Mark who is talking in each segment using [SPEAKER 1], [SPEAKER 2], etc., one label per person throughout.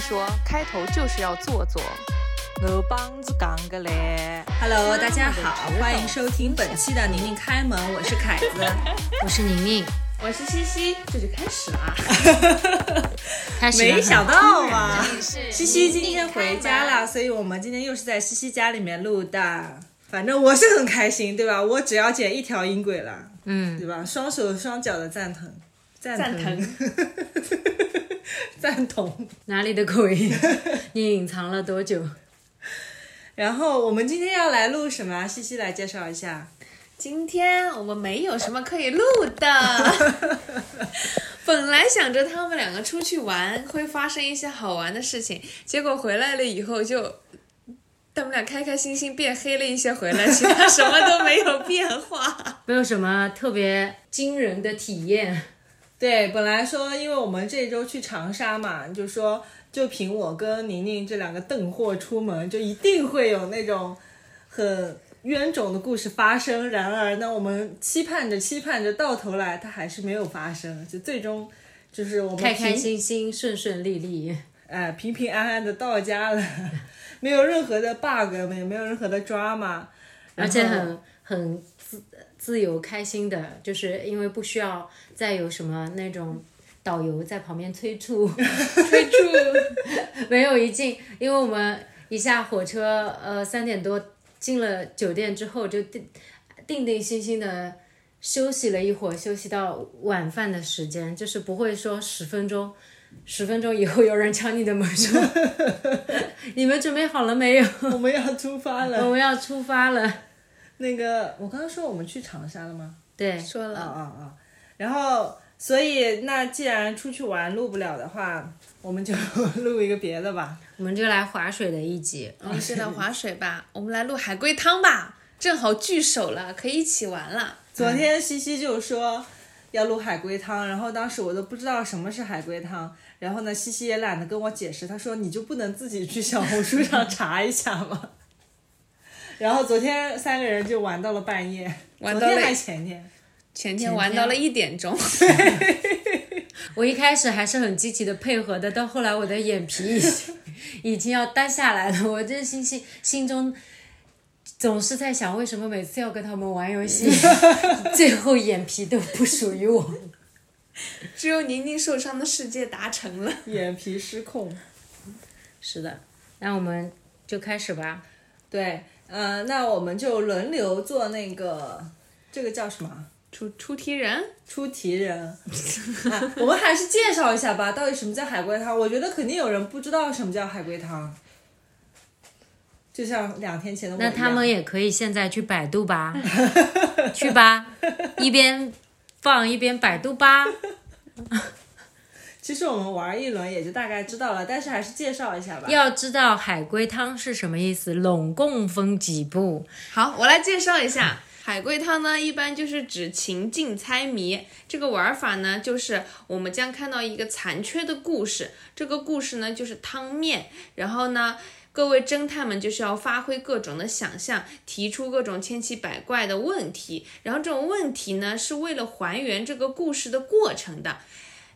[SPEAKER 1] 说，开头就是要做做。
[SPEAKER 2] 我帮子讲个嗯嘞。
[SPEAKER 3] Hello，大家好，欢迎收听本期的宁宁开门，我是凯子。
[SPEAKER 4] 我是宁宁，
[SPEAKER 1] 我是西西，这就开始
[SPEAKER 4] 啊
[SPEAKER 1] 啦。
[SPEAKER 4] 开始
[SPEAKER 3] 没
[SPEAKER 4] 了
[SPEAKER 3] 想到嘛，
[SPEAKER 2] 啊
[SPEAKER 1] 是
[SPEAKER 3] 西西今天回家了，所以我们今天又是在西西家里面录的。反正我是很开心，对吧？我只要剪一条音轨了，
[SPEAKER 4] 嗯，
[SPEAKER 3] 对吧？双手双脚的赞同，赞
[SPEAKER 1] 赞
[SPEAKER 3] 同， 赞同。
[SPEAKER 4] 哪里的口音？ 你隐藏了多久？
[SPEAKER 3] 然后我们今天要来录什么啊？西西来介绍一下。
[SPEAKER 1] 今天我们没有什么可以录 的。本来想着他们两个出去玩会发生一些好玩的事情，结果回来了以后就，他们俩开开心心变黑了一些回来，其他什么都没有变 化。
[SPEAKER 4] 没有什么特别惊人的体验。
[SPEAKER 3] 对，本来说，因为我们这周去长沙嘛，就说就凭我跟宁宁这两个笨货出门，就一定会有那种很冤种的故事发生。然而呢，我们期盼着期盼着，到头来它还是没有发生，就最终就是我们
[SPEAKER 4] 开开
[SPEAKER 3] 平
[SPEAKER 4] 心心，顺顺利利。
[SPEAKER 3] 哎平平安安的到家了， 没有任何的 bug，也没有任何的 drama，
[SPEAKER 4] 而且很很自自由开心的，就是因为不需要再有什么那种导游在旁边催促，
[SPEAKER 1] 追逐
[SPEAKER 4] 没有一进，因为我们一下火车，呃，三点多进了酒店之后，就定定定心心的休息了一会儿，休息到晚饭的时间，就是不会说十分钟，十分钟以后有人敲你的门说， 你们准备好了没有？
[SPEAKER 3] 我们要出发
[SPEAKER 4] 我
[SPEAKER 3] 了。
[SPEAKER 4] 们要出发了。
[SPEAKER 3] 那个，我刚刚说我们去长沙了吗？
[SPEAKER 4] 对，
[SPEAKER 1] 说
[SPEAKER 3] 啊
[SPEAKER 1] 了。
[SPEAKER 3] 啊啊！然后，所以那既然出去玩录不了的话，我们就 录一个别的吧。
[SPEAKER 4] 我们就来划水的一集。
[SPEAKER 1] 我们现在划水吧，我们来录海龟汤吧，正好聚首了，可以一起玩了。
[SPEAKER 3] 昨天西西就说要录海龟汤，然后当时我都不知道什么是海龟汤，然后呢，西西也懒得跟我解释，他说你就不能自己去小红书 上查一下吗？ 然后昨天三个人就玩到了半夜，
[SPEAKER 1] 玩到
[SPEAKER 3] 昨
[SPEAKER 1] 了
[SPEAKER 3] 天还前天，
[SPEAKER 1] 前天玩到了一点 钟，
[SPEAKER 4] 我一开始还是很积极的配合的，到后来我的眼皮已经已经要耷下来了。我这心心心中总是在想，为什么每次要跟他们玩游戏，最后眼皮都不属于我。
[SPEAKER 1] 只有宁宁受伤的世界达成了。
[SPEAKER 3] 眼皮失控。
[SPEAKER 4] 是的，那我们就开始吧。
[SPEAKER 3] 对，呃，那我们就轮流做那个，这个叫什么？啊
[SPEAKER 1] 出出题人，
[SPEAKER 3] 出题人、 哎，我们还是介绍一下吧，到底什么叫海龟汤？我觉得肯定有人不知道什么叫海龟汤，就像两天前的我一
[SPEAKER 4] 那
[SPEAKER 3] 样。
[SPEAKER 4] 他们也可以现在去百度吧，去吧，一边放一边百度吧。
[SPEAKER 3] 其实我们玩一轮也就大概知道了，但是还是介绍一下吧。
[SPEAKER 4] 要知道海龟汤是什么意思，拢共分几步？
[SPEAKER 1] 好，我来介绍一下。海龟汤呢，一般就是指情境猜谜。这个玩法呢，就是我们将看到一个残缺的故事，这个故事呢就是汤面，然后呢，各位侦探们就是要发挥各种的想象，提出各种千奇百怪的问题，然后这种问题呢是为了还原这个故事的过程的。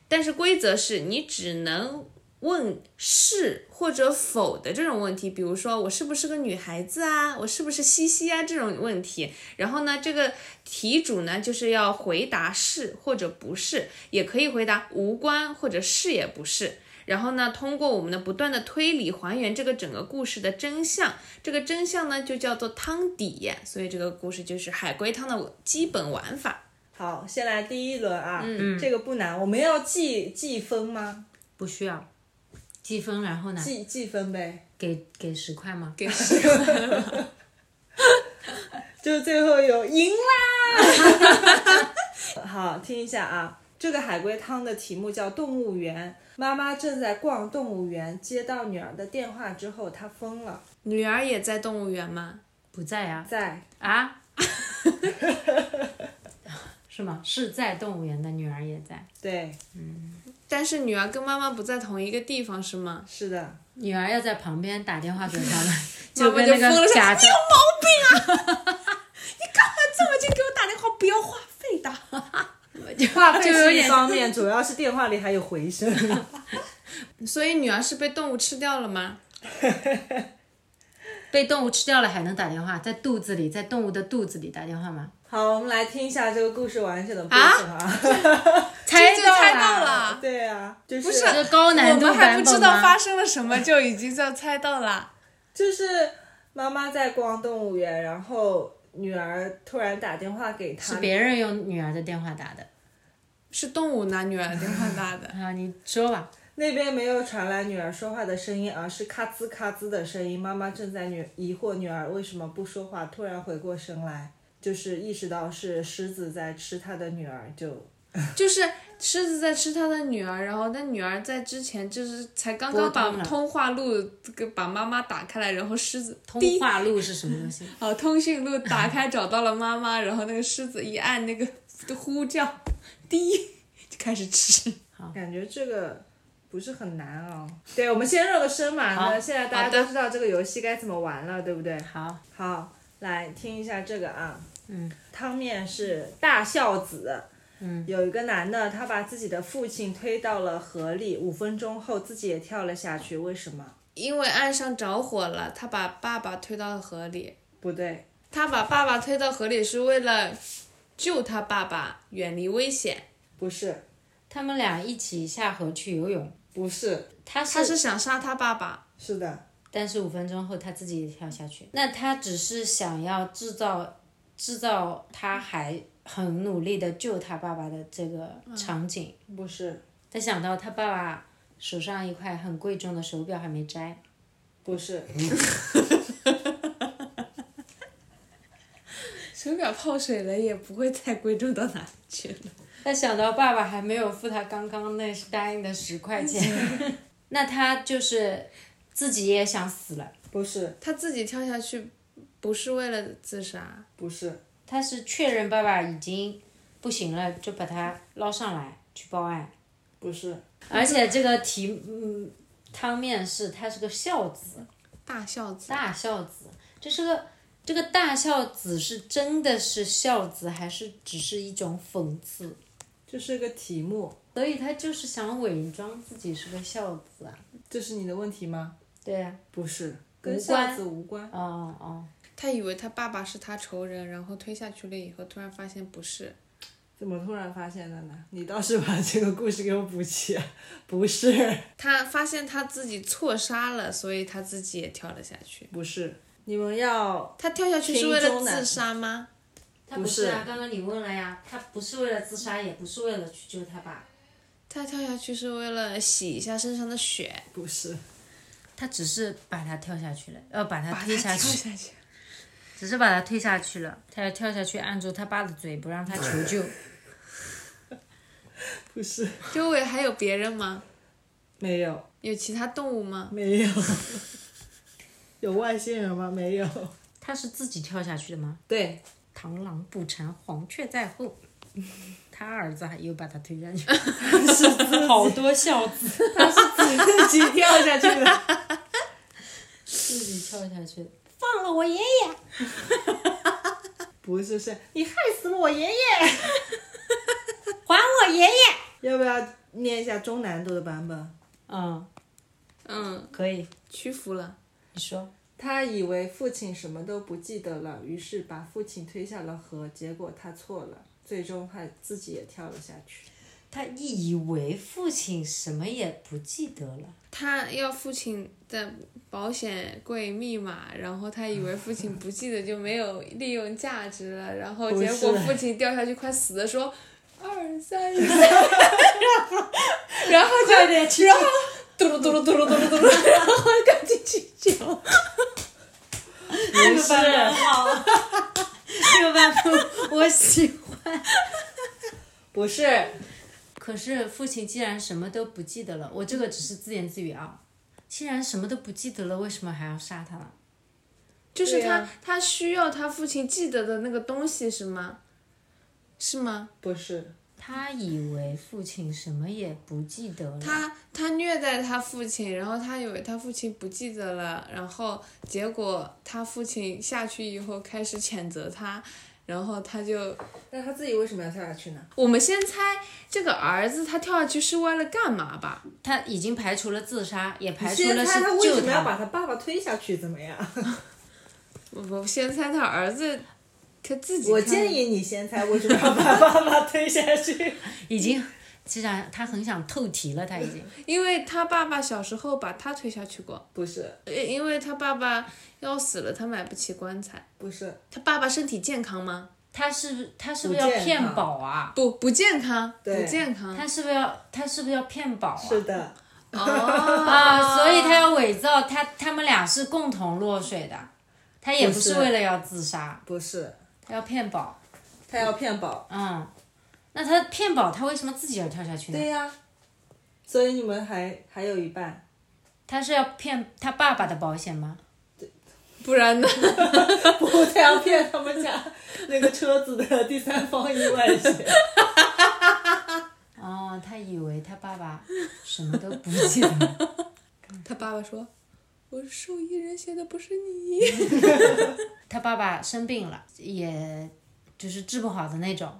[SPEAKER 1] 但是规则是你只能问是或者否的这种问题，比如说我是不是个女孩子啊，我是不是西西啊这种问题。然后呢，这个题主呢就是要回答是或者不是，也可以回答无关或者是也不是。然后呢，通过我们的不断的推理，还原这个整个故事的真相。这个真相呢，就叫做汤底。所以这个故事就是海龟汤的基本玩法。
[SPEAKER 3] 好，先来第一轮啊，
[SPEAKER 4] 嗯
[SPEAKER 3] 这个不难。我们要计计分吗？
[SPEAKER 4] 不需要积分，然后呢？
[SPEAKER 3] 计计分呗，
[SPEAKER 4] 给给十块吗？
[SPEAKER 1] 给
[SPEAKER 3] 就最后有赢啦。 好，听一下啊。这个海龟汤的题目叫《动物园》。妈妈正在逛动物园，接到女儿的电话之后，她疯了。
[SPEAKER 1] 女儿也在动物园吗？
[SPEAKER 4] 不在呀、
[SPEAKER 3] 在
[SPEAKER 4] 啊。 是吗？是在动物园的女儿也在，
[SPEAKER 3] 对，
[SPEAKER 1] 但是女儿跟妈妈不在同一个地方，是吗？
[SPEAKER 3] 是的，
[SPEAKER 4] 女儿要在旁边打电话给他 们，
[SPEAKER 1] 妈妈
[SPEAKER 4] 跟
[SPEAKER 1] 就
[SPEAKER 4] 那
[SPEAKER 1] 疯了
[SPEAKER 4] 个
[SPEAKER 1] 说哎
[SPEAKER 4] 假的，
[SPEAKER 1] 这么就给我打电话，不要话费的。
[SPEAKER 3] 话
[SPEAKER 4] 就有
[SPEAKER 3] 费是一
[SPEAKER 4] 点
[SPEAKER 3] 方面，主要是电话里还有回声。
[SPEAKER 1] 所以女儿是被动物吃掉了吗？
[SPEAKER 4] 被动物吃掉了还能打电话，在肚子里，在动物的肚子里打电话吗？
[SPEAKER 3] 好，我们来听一下这个故事完整的部分啊。
[SPEAKER 4] 猜
[SPEAKER 1] 这就
[SPEAKER 4] 到
[SPEAKER 1] 猜到
[SPEAKER 4] 了，
[SPEAKER 1] 了，
[SPEAKER 3] 对啊，就是
[SPEAKER 1] 不是
[SPEAKER 4] 这高难度
[SPEAKER 1] 我们还
[SPEAKER 4] 版
[SPEAKER 1] 不
[SPEAKER 4] 本
[SPEAKER 1] 知道
[SPEAKER 4] 吗？
[SPEAKER 1] 发生了什么，就已经在猜到了。
[SPEAKER 3] 就是妈妈在逛动物园，然后女儿突然打电话给她，
[SPEAKER 4] 是别人用女儿的电话打的
[SPEAKER 1] 是动物拿女儿电话打的，
[SPEAKER 4] 啊，你说吧，
[SPEAKER 3] 那边没有传来女儿说话的声音，而是咔吱咔吱的声音。妈妈正在女疑惑女儿为什么不说话，突然回过神来，就是意识到是狮子在吃她的女儿，就
[SPEAKER 1] 就是狮子在吃它的女儿，然后那女儿在之前就是才刚刚把
[SPEAKER 4] 拨通了
[SPEAKER 1] 通话录给把妈妈打开来，然后狮子
[SPEAKER 4] 通
[SPEAKER 1] 滴
[SPEAKER 4] 话录是什么东西？
[SPEAKER 1] 哦通讯录打开找到了妈妈，然后那个狮子一按那个呼叫，滴就开始吃。
[SPEAKER 3] 感觉这个。不是很难哦，对，我们先热个身嘛。
[SPEAKER 4] 好
[SPEAKER 3] 那现在大
[SPEAKER 1] 好
[SPEAKER 3] 家
[SPEAKER 1] 的
[SPEAKER 3] 都知道这个游戏该怎么玩了，对不对？
[SPEAKER 4] 好，
[SPEAKER 3] 好，来听一下这个啊，
[SPEAKER 4] 嗯，
[SPEAKER 3] 汤面是大孝子，嗯，有一个男的，他把自己的父亲推到了河里，五分钟后自己也跳了下去，为什么？
[SPEAKER 1] 因为岸上着火了，他把爸爸推到河里。
[SPEAKER 3] 不对，
[SPEAKER 1] 他把爸爸推到河里是为了救他爸爸远离危险，
[SPEAKER 3] 不是，
[SPEAKER 4] 他们俩一起下河去游泳，
[SPEAKER 3] 不是，
[SPEAKER 4] 他
[SPEAKER 1] 他是想杀他爸爸。
[SPEAKER 3] 是的，
[SPEAKER 4] 但是五分钟后他自己跳下去。那他只是想要制造制造他还很努力的救他爸爸的这个场景。
[SPEAKER 3] 不是，
[SPEAKER 4] 他想到他爸爸手上一块很贵重的手表还没摘，
[SPEAKER 3] 不是，
[SPEAKER 1] 手表泡水了也不会再贵重到哪里去了。
[SPEAKER 4] 他想到爸爸还没有付他刚刚那答应的十块钱，那他就是自己也想死了。
[SPEAKER 3] 不是，
[SPEAKER 1] 他自己跳下去不是为了自杀，
[SPEAKER 3] 不是，
[SPEAKER 4] 他是确认爸爸已经不行了，就把他捞上来去报案。
[SPEAKER 3] 不是，
[SPEAKER 4] 而且这个题，嗯，汤面是他是个孝子，
[SPEAKER 1] 大孝子。
[SPEAKER 4] 大孝子，这是个这个大孝子是真的是孝子，还是只是一种讽刺？
[SPEAKER 3] 这是个题目，
[SPEAKER 4] 所以他就是想伪装自己是个孝子啊。
[SPEAKER 3] 这是你的问题吗？
[SPEAKER 4] 对呀、
[SPEAKER 3] 不是，
[SPEAKER 4] 无
[SPEAKER 3] 跟
[SPEAKER 4] 关
[SPEAKER 3] 孝子无关，
[SPEAKER 4] 哦哦，
[SPEAKER 1] 他以为他爸爸是他仇人，然后推下去了以后，突然发现不是。
[SPEAKER 3] 怎么突然发现的呢？你倒是把这个故事给我补齐，不是。
[SPEAKER 1] 他发现他自己错杀了，所以他自己也跳了下去。
[SPEAKER 3] 不是，你们要
[SPEAKER 1] 他跳下去是为
[SPEAKER 3] 田
[SPEAKER 1] 了
[SPEAKER 3] 中男
[SPEAKER 1] 自杀吗？
[SPEAKER 4] 他
[SPEAKER 3] 不是啊
[SPEAKER 4] 刚刚你问了呀，他不是为了自杀，也不是为了去救他爸，
[SPEAKER 1] 他跳下去是为了洗一下身上的血，
[SPEAKER 3] 不是
[SPEAKER 4] 他只是把他跳下去了，呃，把他
[SPEAKER 1] 把
[SPEAKER 4] 推
[SPEAKER 1] 他
[SPEAKER 4] 下
[SPEAKER 1] 啊跳
[SPEAKER 4] 去，
[SPEAKER 1] 下去。
[SPEAKER 4] 只是把他推下去了，他要跳下去按住他爸的嘴，不让他求救。
[SPEAKER 3] 不是
[SPEAKER 1] 周围还有别人吗？
[SPEAKER 3] 没有
[SPEAKER 1] 有其他动物吗？
[SPEAKER 3] 没有， 有外星人吗？没有。
[SPEAKER 4] 他是自己跳下去的吗？
[SPEAKER 3] 对，
[SPEAKER 4] 螳螂捕蝉，黄雀在后。 他儿子还又把他推下去， 好多孝子
[SPEAKER 3] 自己跳下去的。
[SPEAKER 4] 自己跳下去，放了我爷爷。
[SPEAKER 3] 不是，是你害死了我爷爷。
[SPEAKER 4] 还我爷爷。
[SPEAKER 3] 要不要念一下中难度的版本？
[SPEAKER 4] 嗯，
[SPEAKER 1] 嗯，
[SPEAKER 4] 可以，
[SPEAKER 1] 屈服了。
[SPEAKER 4] 你说。
[SPEAKER 3] 他以为父亲什么都不记得了，于是把父亲推下了河，结果他错了，最终他自己也跳了下去。
[SPEAKER 4] 他以为父亲什么也不记得了，
[SPEAKER 1] 他要父亲的保险柜密码，然后他以为父亲不记得就没有利用价值了，然后
[SPEAKER 3] 不是
[SPEAKER 1] 结果父亲掉下去快死的时候，二三三，然后
[SPEAKER 4] 快点去
[SPEAKER 1] 然后嘟噜嘟噜嘟噜嘟噜嘟 噜，然后赶紧去救。
[SPEAKER 4] 这个版本好，这个版本我喜欢。
[SPEAKER 3] 不是，
[SPEAKER 4] 可是父亲既然什么都不记得了，我这个只是自言自语啊。既然什么都不记得了，为什么还要杀他了？
[SPEAKER 1] 就是
[SPEAKER 3] 对
[SPEAKER 1] 他，
[SPEAKER 3] 呀
[SPEAKER 1] 他需要他父亲记得的那个东西是吗？是吗？
[SPEAKER 3] 不是，
[SPEAKER 4] 他以为父亲什么也不记得了，
[SPEAKER 1] 他他虐待他父亲，然后他以为他父亲不记得了，然后结果他父亲下去以后开始谴责他，然后他就
[SPEAKER 3] 那他自己为什么要跳下去呢？
[SPEAKER 1] 我们先猜这个儿子他跳下去是为了干嘛吧？
[SPEAKER 4] 他已经排除了自杀，也排除
[SPEAKER 3] 先
[SPEAKER 4] 了
[SPEAKER 3] 猜
[SPEAKER 4] 是
[SPEAKER 3] 他为
[SPEAKER 4] 救
[SPEAKER 3] 什么要把他爸爸推下去，怎么 样？
[SPEAKER 1] 我我先猜他儿子他自己。
[SPEAKER 3] 我建。议你先猜为什么要把爸爸推下去。
[SPEAKER 4] 已经，其实啊他很想透题了，他已 经。
[SPEAKER 1] 因为他爸爸小时候把他推下去过，
[SPEAKER 3] 不是，
[SPEAKER 1] 呃因为他爸爸要死了，他买不起棺材。
[SPEAKER 3] 不是，
[SPEAKER 1] 他爸爸身体健康吗？
[SPEAKER 4] 他是不他是不是
[SPEAKER 3] 不
[SPEAKER 4] 要
[SPEAKER 3] 健康
[SPEAKER 4] 骗保啊？
[SPEAKER 1] 不，不健康，
[SPEAKER 3] 对
[SPEAKER 1] 不健康。
[SPEAKER 4] 他是不是要他是不是要骗保啊？
[SPEAKER 3] 是的，
[SPEAKER 4] 啊，所以他要伪造他他们俩是共同落水的，他也不
[SPEAKER 3] 不
[SPEAKER 4] 是
[SPEAKER 3] 是
[SPEAKER 4] 为了要自杀，
[SPEAKER 3] 不是，
[SPEAKER 4] 他要骗保。
[SPEAKER 3] 他要骗宝。
[SPEAKER 4] 嗯，那他骗保，他为什么自己要跳下去呢
[SPEAKER 3] 对？呀、所以你们还还有一半。
[SPEAKER 4] 他是要骗他爸爸的保险吗？
[SPEAKER 1] 不然呢？
[SPEAKER 3] 不，他要骗他们家那个车子的第三方意外险。
[SPEAKER 4] 哦，他以为他爸爸什么都不记得。
[SPEAKER 1] 他爸爸说：“我是受益人，写的不是你。
[SPEAKER 4] 他爸爸生病了，也就是治不好的那种。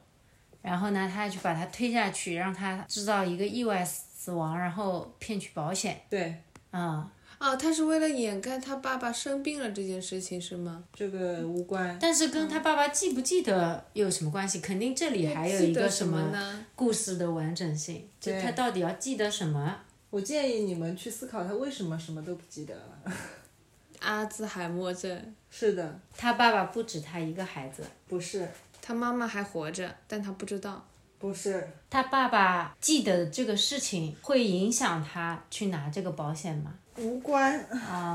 [SPEAKER 4] 然后呢，他就把他推下去，让他制造一个意外死亡，然后骗取保险。
[SPEAKER 3] 对，
[SPEAKER 4] 啊、”
[SPEAKER 1] 啊，他是为了掩盖他爸爸生病了这件事情是吗？
[SPEAKER 3] 这个无关。
[SPEAKER 4] 但是跟他爸爸记不记得有什么关系？肯定这里还有一
[SPEAKER 1] 记得
[SPEAKER 4] 个
[SPEAKER 1] 什么
[SPEAKER 4] 么
[SPEAKER 1] 呢？
[SPEAKER 4] 故事的完整性，就
[SPEAKER 3] 对
[SPEAKER 4] 他到底要记得什么？
[SPEAKER 3] 我建议你们去思考他为什么什么都不记得了。
[SPEAKER 1] 阿兹海默症，
[SPEAKER 3] 是的，
[SPEAKER 4] 他爸爸不止他一个孩子，
[SPEAKER 3] 不是，
[SPEAKER 1] 他妈妈还活着，但他不知道。
[SPEAKER 3] 不是，
[SPEAKER 4] 他爸爸记得这个事情会影响他去拿这个保险吗？
[SPEAKER 3] 无关。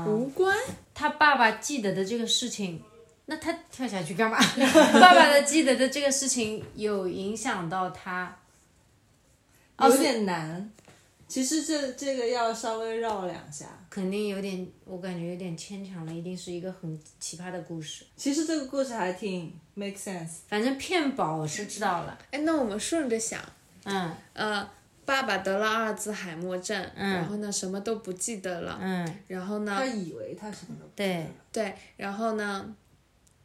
[SPEAKER 1] 无关，
[SPEAKER 4] 他爸爸记得的这个事情，那他跳下去干嘛？ 爸爸的记得的这个事情有影响到他，哦
[SPEAKER 3] 有点难。其实这这个要稍微绕两下。
[SPEAKER 4] 肯定有点，我感觉有点牵强了，一定是一个很奇葩的故事。
[SPEAKER 3] 其实这个故事还挺 make sense。
[SPEAKER 4] 反正骗保我是知道了，
[SPEAKER 1] 哎，那我们顺着想，
[SPEAKER 4] 嗯
[SPEAKER 1] 呃，爸爸得了阿尔兹海默症，
[SPEAKER 4] 嗯
[SPEAKER 1] 然后呢，什么都不记得了，
[SPEAKER 4] 嗯，
[SPEAKER 1] 然后呢
[SPEAKER 3] 他，以为他什么都不记得
[SPEAKER 4] 对，
[SPEAKER 1] 对，然后呢，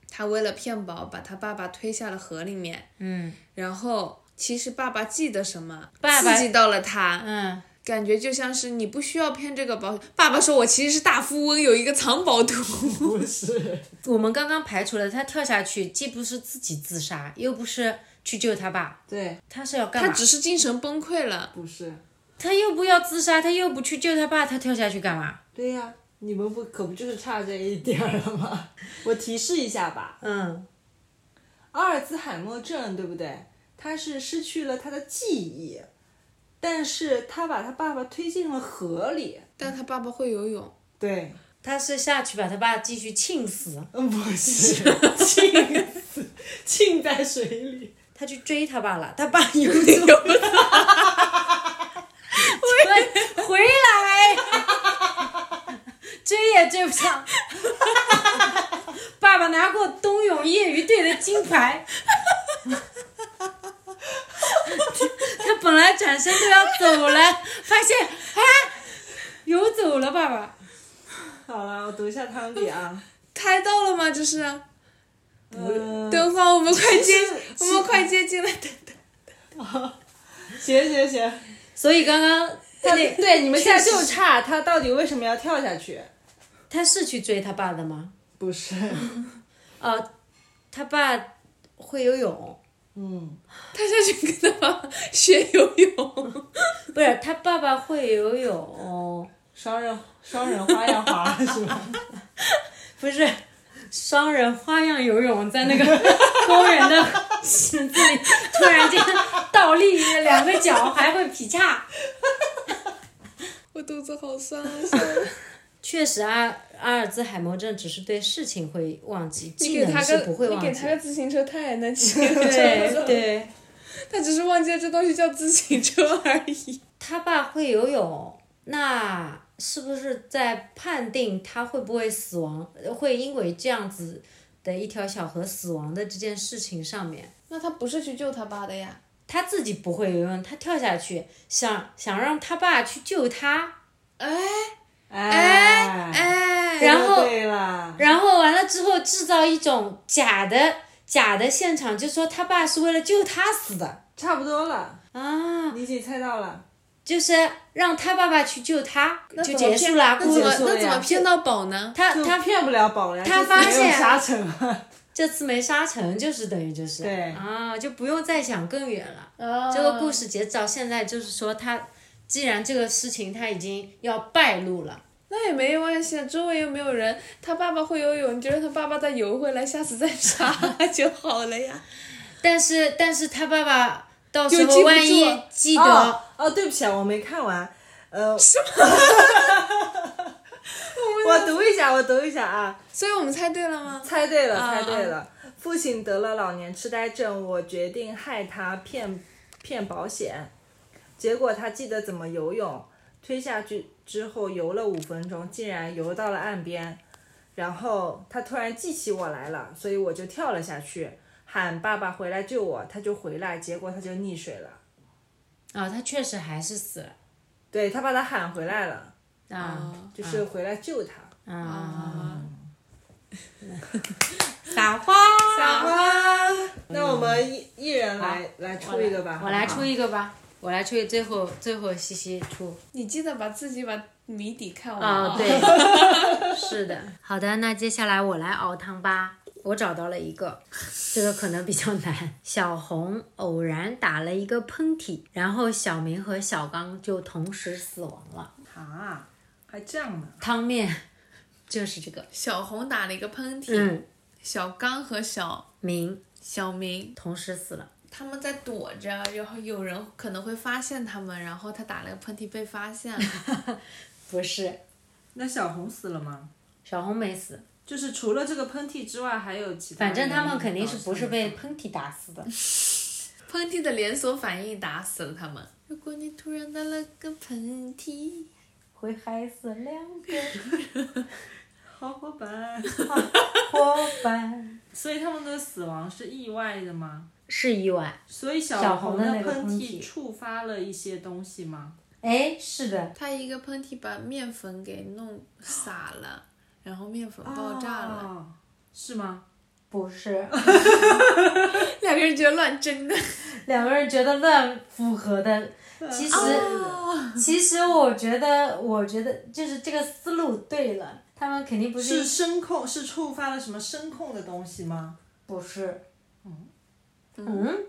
[SPEAKER 1] 他为了骗宝，把他爸爸推下了河里面，
[SPEAKER 4] 嗯
[SPEAKER 1] 然后其实爸爸记得什么，
[SPEAKER 4] 爸爸
[SPEAKER 1] 刺激到了他，
[SPEAKER 4] 嗯，
[SPEAKER 1] 感觉就像是你不需要骗这个保，爸爸说我其实是大富翁，有一个藏宝图，
[SPEAKER 3] 不是，
[SPEAKER 4] 我们刚刚排除了他跳下去，既不是自己自杀，又不是去救他爸，
[SPEAKER 3] 对，
[SPEAKER 4] 他是要干
[SPEAKER 1] 他
[SPEAKER 4] 嘛？
[SPEAKER 1] 只是精神崩溃了，
[SPEAKER 3] 不是，
[SPEAKER 4] 他又不要自杀，他又不去救他爸，他跳下去干嘛？
[SPEAKER 3] 对呀、你们不可不就是差这一点儿了吗？ 我提示一下吧，
[SPEAKER 4] 嗯，
[SPEAKER 3] 阿尔兹海默症对不对？他是失去了他的记忆，但是他把他爸爸推进了河里。
[SPEAKER 1] 但他爸爸会游泳，
[SPEAKER 3] 对，
[SPEAKER 4] 他是下去把他爸继续浸死，
[SPEAKER 3] 嗯，不 是，浸死， 浸在水里。
[SPEAKER 4] 他去追他爸了，他爸游走了，回回来， 追也追不上。 爸爸拿过冬泳业余队的金牌，他本来转身就要走了，发现啊，游走了，爸爸。
[SPEAKER 3] 好了，我读一下汤底 啊。
[SPEAKER 1] 猜到了吗？这是，啊
[SPEAKER 3] 嗯，
[SPEAKER 1] 等会儿我们快接
[SPEAKER 3] 其实，
[SPEAKER 1] 我们快接进来，等等，
[SPEAKER 3] 行行行，
[SPEAKER 4] 所以刚刚他那
[SPEAKER 3] 对，你们现在
[SPEAKER 4] 确
[SPEAKER 3] 就
[SPEAKER 4] 实
[SPEAKER 3] 差他到底为什么要跳下去？
[SPEAKER 4] 他是去追他爸的吗？
[SPEAKER 3] 不是，
[SPEAKER 4] 哦，他爸会游泳。
[SPEAKER 3] 嗯，
[SPEAKER 1] 他下去跟他爸爸学游泳，
[SPEAKER 4] 不是他爸爸会游泳，
[SPEAKER 3] 双人双人花样滑是吧？
[SPEAKER 4] 不是双人花样游泳，在那个 公园的池子里突然间倒立，两个脚还会劈叉。
[SPEAKER 1] 我肚子好酸啊好酸。
[SPEAKER 4] 确实啊，阿尔兹海默症只是对事情会忘记，
[SPEAKER 1] 你
[SPEAKER 4] 技
[SPEAKER 1] 给他
[SPEAKER 4] 能
[SPEAKER 1] 个
[SPEAKER 4] 是不会
[SPEAKER 1] 你
[SPEAKER 4] 忘
[SPEAKER 1] 给
[SPEAKER 4] 记
[SPEAKER 1] 他。个自行车，他也能骑。
[SPEAKER 4] 对对，
[SPEAKER 1] 他只是忘记了这东西叫自行车而已。
[SPEAKER 4] 他爸会游泳，那是不是在判定他会不会死亡，会因为这样子的一条小河死亡的这件事情上面？
[SPEAKER 1] 那他不是去救他爸的呀？
[SPEAKER 4] 他自己不会游泳，他跳下去想想让他爸去救他，
[SPEAKER 3] 哎
[SPEAKER 1] 哎，
[SPEAKER 4] 然后
[SPEAKER 3] 对了，
[SPEAKER 4] 哎然后完了之后制造一种假的假的现场就说他爸是为了救他死的
[SPEAKER 3] 差不多了，
[SPEAKER 4] 啊，
[SPEAKER 3] 你已经猜到了。
[SPEAKER 4] 就是让他爸爸去救他就
[SPEAKER 3] 怎么
[SPEAKER 4] 结束了，
[SPEAKER 1] 那
[SPEAKER 3] 骗
[SPEAKER 1] 怎
[SPEAKER 4] 故
[SPEAKER 3] 结
[SPEAKER 1] 么
[SPEAKER 3] 束
[SPEAKER 4] 事
[SPEAKER 3] 了
[SPEAKER 1] 那怎
[SPEAKER 3] 呀
[SPEAKER 1] 么骗到宝呢？
[SPEAKER 4] 他
[SPEAKER 3] 就
[SPEAKER 4] 他
[SPEAKER 3] 骗不了宝了呀，
[SPEAKER 4] 他
[SPEAKER 3] 这次
[SPEAKER 4] 发
[SPEAKER 3] 没有
[SPEAKER 4] 现
[SPEAKER 3] 杀成啊，
[SPEAKER 4] 这次没杀成，就是等于就是
[SPEAKER 3] 对嗯
[SPEAKER 4] 啊，就不用再想更远了。
[SPEAKER 1] 哦
[SPEAKER 4] 这个故事截止到现在，就是说他既然这个事情他已经要败露了，
[SPEAKER 1] 那也没关系，啊，周围又没有人，他爸爸会游泳，你就让他爸爸再游回来，下次再杀就好了呀。
[SPEAKER 4] 但是但是他爸爸到时
[SPEAKER 3] 就记
[SPEAKER 4] 候
[SPEAKER 3] 不
[SPEAKER 4] 万一
[SPEAKER 3] 住
[SPEAKER 4] 记得，
[SPEAKER 3] 哦哦，对不起啊，我没看完。呃，什么？ 我读一下，我读一下啊，
[SPEAKER 1] 所以我们猜对了吗？
[SPEAKER 3] 猜对
[SPEAKER 4] 啊
[SPEAKER 3] 了，猜对了。父亲得了老年痴呆症，我决定害他骗骗保险，结果他记得怎么游泳，推下去之后游了五分钟，竟然游到了岸边，然后他突然记起我来了，所以我就跳了下去，喊爸爸回来救我，他就回来，结果他就溺水了。
[SPEAKER 4] 啊，他确实还是死了
[SPEAKER 3] 对他把他喊回来了，
[SPEAKER 4] 啊，
[SPEAKER 3] 就是回来救他。
[SPEAKER 4] 啊
[SPEAKER 3] 哦
[SPEAKER 1] 啊，
[SPEAKER 4] 撒花，
[SPEAKER 1] 撒花，
[SPEAKER 3] 啊那我们一一人来来
[SPEAKER 4] 我
[SPEAKER 3] 出
[SPEAKER 4] 来
[SPEAKER 3] 一个吧，
[SPEAKER 4] 嗯我来
[SPEAKER 3] 好
[SPEAKER 4] 出一个吧，我来出一个，最后最后西西出。
[SPEAKER 1] 你记得把自己把谜底看完
[SPEAKER 4] 哦
[SPEAKER 1] 啊，
[SPEAKER 4] 对，是的。好的，那接下来我来熬汤吧。我找到了一个，这个可能比较难。小红偶然打了一个喷嚏，然后小明和小刚就同时死亡了。
[SPEAKER 3] 不好啊，还这样呢？
[SPEAKER 4] 汤面就是这个，
[SPEAKER 1] 小红打了一个喷嚏，
[SPEAKER 4] 嗯，
[SPEAKER 1] 小刚和小
[SPEAKER 4] 明
[SPEAKER 1] 小明
[SPEAKER 4] 同时死了。
[SPEAKER 1] 他们在躲着，然后有人可能会发现他们，然后他打了个喷嚏被发现了。
[SPEAKER 4] 不是，
[SPEAKER 3] 那小红死了吗？
[SPEAKER 4] 小红没死，
[SPEAKER 3] 就是除了这个喷嚏之外，还有其他？
[SPEAKER 4] 反正他们肯定是不嗯是被？喷嚏打死的。
[SPEAKER 1] 喷嚏的连锁反应打死了他们。如果你突然打了个喷嚏，
[SPEAKER 4] 会害死两个
[SPEAKER 3] 好伙伴，
[SPEAKER 4] 伙伴，
[SPEAKER 3] 所以他们的死亡是意外的吗？
[SPEAKER 4] 是意外。
[SPEAKER 3] 所以
[SPEAKER 4] 小
[SPEAKER 3] 小
[SPEAKER 4] 红
[SPEAKER 3] 红
[SPEAKER 4] 的
[SPEAKER 3] 的
[SPEAKER 4] 那个
[SPEAKER 3] 喷
[SPEAKER 4] 喷嚏
[SPEAKER 3] 嚏触发了一些东西吗？
[SPEAKER 4] 哎，是的，
[SPEAKER 1] 他一个喷嚏把面粉给弄洒了，然后面粉爆炸了，
[SPEAKER 3] 哦，是吗？
[SPEAKER 4] 不是。
[SPEAKER 1] 两个人觉得乱真的。
[SPEAKER 4] 两个人觉得乱符合的，其实、 其实我觉得，我觉得就是这个思路对了，他们肯定不
[SPEAKER 3] 是
[SPEAKER 4] 是
[SPEAKER 3] 声控，是触发了什么声控的东西吗？
[SPEAKER 4] 不是，嗯，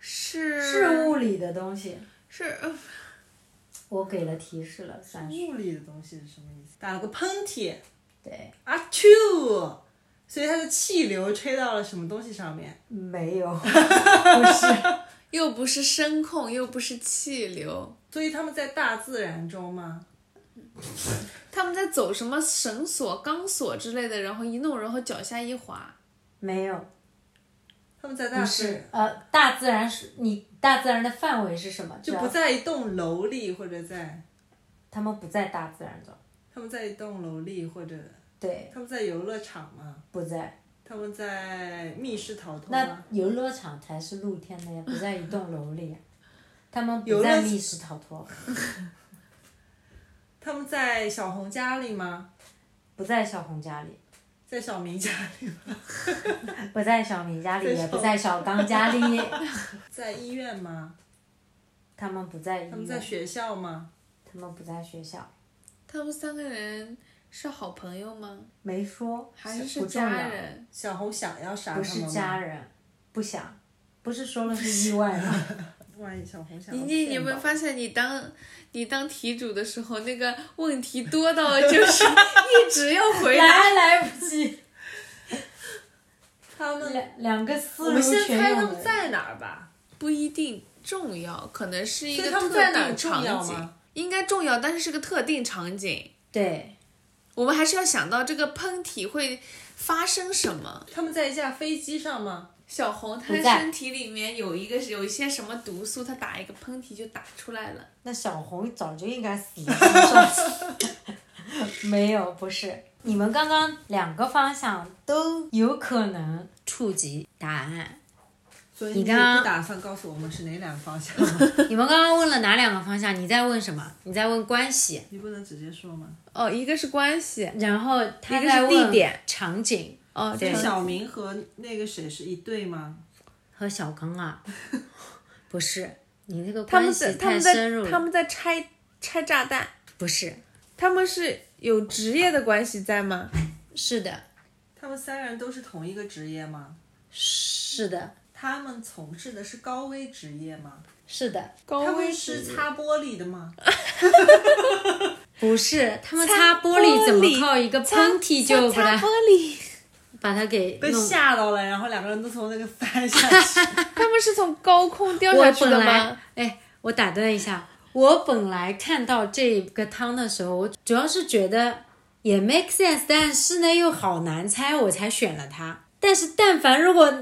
[SPEAKER 1] 是
[SPEAKER 4] 是物理的东西，
[SPEAKER 1] 是呃
[SPEAKER 4] 我给了提示了，算是
[SPEAKER 3] 物理的东西是什么意思？打了个喷嚏。
[SPEAKER 4] 对，
[SPEAKER 3] 啊啾！所以它的气流吹到了什么东西上面？
[SPEAKER 4] 没 有，不是，
[SPEAKER 1] 又不是声控，又不是气流，
[SPEAKER 3] 所以他们在大自然中吗？
[SPEAKER 1] 他们在走什么绳索、钢索之类的，然后一弄，然后脚下一滑，
[SPEAKER 4] 没有，
[SPEAKER 3] 他们在大
[SPEAKER 4] 不
[SPEAKER 3] 自
[SPEAKER 4] 是
[SPEAKER 3] 然，
[SPEAKER 4] 呃，大自然是你大自然的范围是什么？
[SPEAKER 3] 就
[SPEAKER 4] 只要
[SPEAKER 3] 不在一栋楼里，或者在
[SPEAKER 4] 他们不在大自然中，
[SPEAKER 3] 他们在一栋楼里，或者
[SPEAKER 4] 对，
[SPEAKER 3] 他们在游乐场吗？
[SPEAKER 4] 不在，
[SPEAKER 3] 他们在密室逃脱
[SPEAKER 4] 那
[SPEAKER 3] 吗？
[SPEAKER 4] 游乐场才是露天的呀，不在一栋楼里呀。他们
[SPEAKER 3] 游
[SPEAKER 4] 不
[SPEAKER 3] 乐
[SPEAKER 4] 在密室逃脱，
[SPEAKER 3] 他们在小红家里吗？
[SPEAKER 4] 不在小红家里，
[SPEAKER 3] 在小明家里吗？
[SPEAKER 4] 不在小明家里，
[SPEAKER 3] 在
[SPEAKER 4] 也
[SPEAKER 3] 小
[SPEAKER 4] 不在小刚家里，
[SPEAKER 3] 在医院吗？
[SPEAKER 4] 他们不在医
[SPEAKER 3] 他们在
[SPEAKER 4] 院，
[SPEAKER 3] 学校吗？
[SPEAKER 4] 他们不在学校，
[SPEAKER 1] 他们三个人是好朋友吗？
[SPEAKER 4] 没说，
[SPEAKER 1] 还是
[SPEAKER 4] 不
[SPEAKER 1] 是
[SPEAKER 4] 重
[SPEAKER 1] 家
[SPEAKER 4] 要，
[SPEAKER 1] 人？
[SPEAKER 3] 小红想要杀
[SPEAKER 4] 不
[SPEAKER 3] 他
[SPEAKER 4] 是
[SPEAKER 3] 们
[SPEAKER 4] 家
[SPEAKER 3] 吗？
[SPEAKER 4] 人，不想，不是说了是意外 吗？
[SPEAKER 3] 万一小红想
[SPEAKER 1] 你
[SPEAKER 3] 要
[SPEAKER 1] 你你有
[SPEAKER 3] 骗
[SPEAKER 1] 没有
[SPEAKER 3] 宝
[SPEAKER 1] 发现，你当你当题主的时候，那个问题多到就是 一直要回答。
[SPEAKER 4] 来来不及，
[SPEAKER 3] 他们？
[SPEAKER 4] 两两个思
[SPEAKER 3] 我
[SPEAKER 4] 路
[SPEAKER 3] 们先
[SPEAKER 4] 全
[SPEAKER 3] 猜他
[SPEAKER 4] 有
[SPEAKER 3] 们
[SPEAKER 4] 的人，
[SPEAKER 3] 在哪儿吧。
[SPEAKER 1] 不一定重要，可能是一
[SPEAKER 3] 所
[SPEAKER 1] 个
[SPEAKER 3] 以他们
[SPEAKER 1] 特
[SPEAKER 3] 在哪儿
[SPEAKER 1] 定
[SPEAKER 3] 重要
[SPEAKER 1] 场景
[SPEAKER 3] 吗，
[SPEAKER 1] 应该重要，但是是个特定场景。
[SPEAKER 4] 对，
[SPEAKER 1] 我们还是要想到这个喷嚏会发生什么。
[SPEAKER 3] 他们在一架飞机上吗？
[SPEAKER 1] 小红她
[SPEAKER 4] 不在
[SPEAKER 1] 身体里面有一个有一些什么毒素，她打一个喷嚏就打出来了。
[SPEAKER 4] 那小红早就应该死了， 没有，不是。你们刚刚两个方向都有可能触及答案，
[SPEAKER 3] 所以
[SPEAKER 4] 你
[SPEAKER 3] 你
[SPEAKER 4] 刚刚
[SPEAKER 3] 不打算告诉我们是哪两个方向？
[SPEAKER 4] 你们刚刚问了哪两个方向？你在问什么？你在问关系，
[SPEAKER 3] 你不能直接说吗？
[SPEAKER 1] 哦，一个是关系，
[SPEAKER 4] 然后他
[SPEAKER 1] 一个
[SPEAKER 4] 在
[SPEAKER 1] 是地
[SPEAKER 4] 问
[SPEAKER 1] 点
[SPEAKER 4] 场景，
[SPEAKER 1] 哦，
[SPEAKER 4] 对
[SPEAKER 1] 成
[SPEAKER 3] 小明和那个谁是一对吗？
[SPEAKER 4] 和小刚啊，不是你那个
[SPEAKER 1] 他们
[SPEAKER 4] 关系
[SPEAKER 1] 在他
[SPEAKER 4] 太
[SPEAKER 1] 们
[SPEAKER 4] 深入
[SPEAKER 1] 在他
[SPEAKER 4] 了，
[SPEAKER 1] 们在拆拆炸弹，
[SPEAKER 4] 不是
[SPEAKER 1] 他们是有职业的关系在吗？
[SPEAKER 4] 是的，
[SPEAKER 3] 他们三人都是同一个职业吗？
[SPEAKER 4] 是的，
[SPEAKER 3] 他们从事的是高危职业吗？
[SPEAKER 4] 是的，
[SPEAKER 1] 高
[SPEAKER 3] 他
[SPEAKER 1] 危
[SPEAKER 3] 们
[SPEAKER 1] 职
[SPEAKER 3] 是
[SPEAKER 1] 业
[SPEAKER 3] 擦玻璃的吗？
[SPEAKER 4] 不是他们
[SPEAKER 1] 擦
[SPEAKER 4] 擦玻璃怎
[SPEAKER 1] 玻璃
[SPEAKER 4] 么靠一个喷嚏就把
[SPEAKER 1] 擦
[SPEAKER 4] 它
[SPEAKER 1] 玻璃，
[SPEAKER 4] 把它给
[SPEAKER 3] 被
[SPEAKER 4] 弄？
[SPEAKER 3] 呃吓到了，然后两个人都从那个翻下去。
[SPEAKER 1] 他们是从高空掉下
[SPEAKER 4] 我
[SPEAKER 1] 去
[SPEAKER 4] 本
[SPEAKER 1] 的
[SPEAKER 4] 来
[SPEAKER 1] 吗？
[SPEAKER 4] 哎，我打断一下，我本来看到这个汤的时候，我主要是觉得也 make sense，但是呢又好难猜，我才选了它。但是但凡如果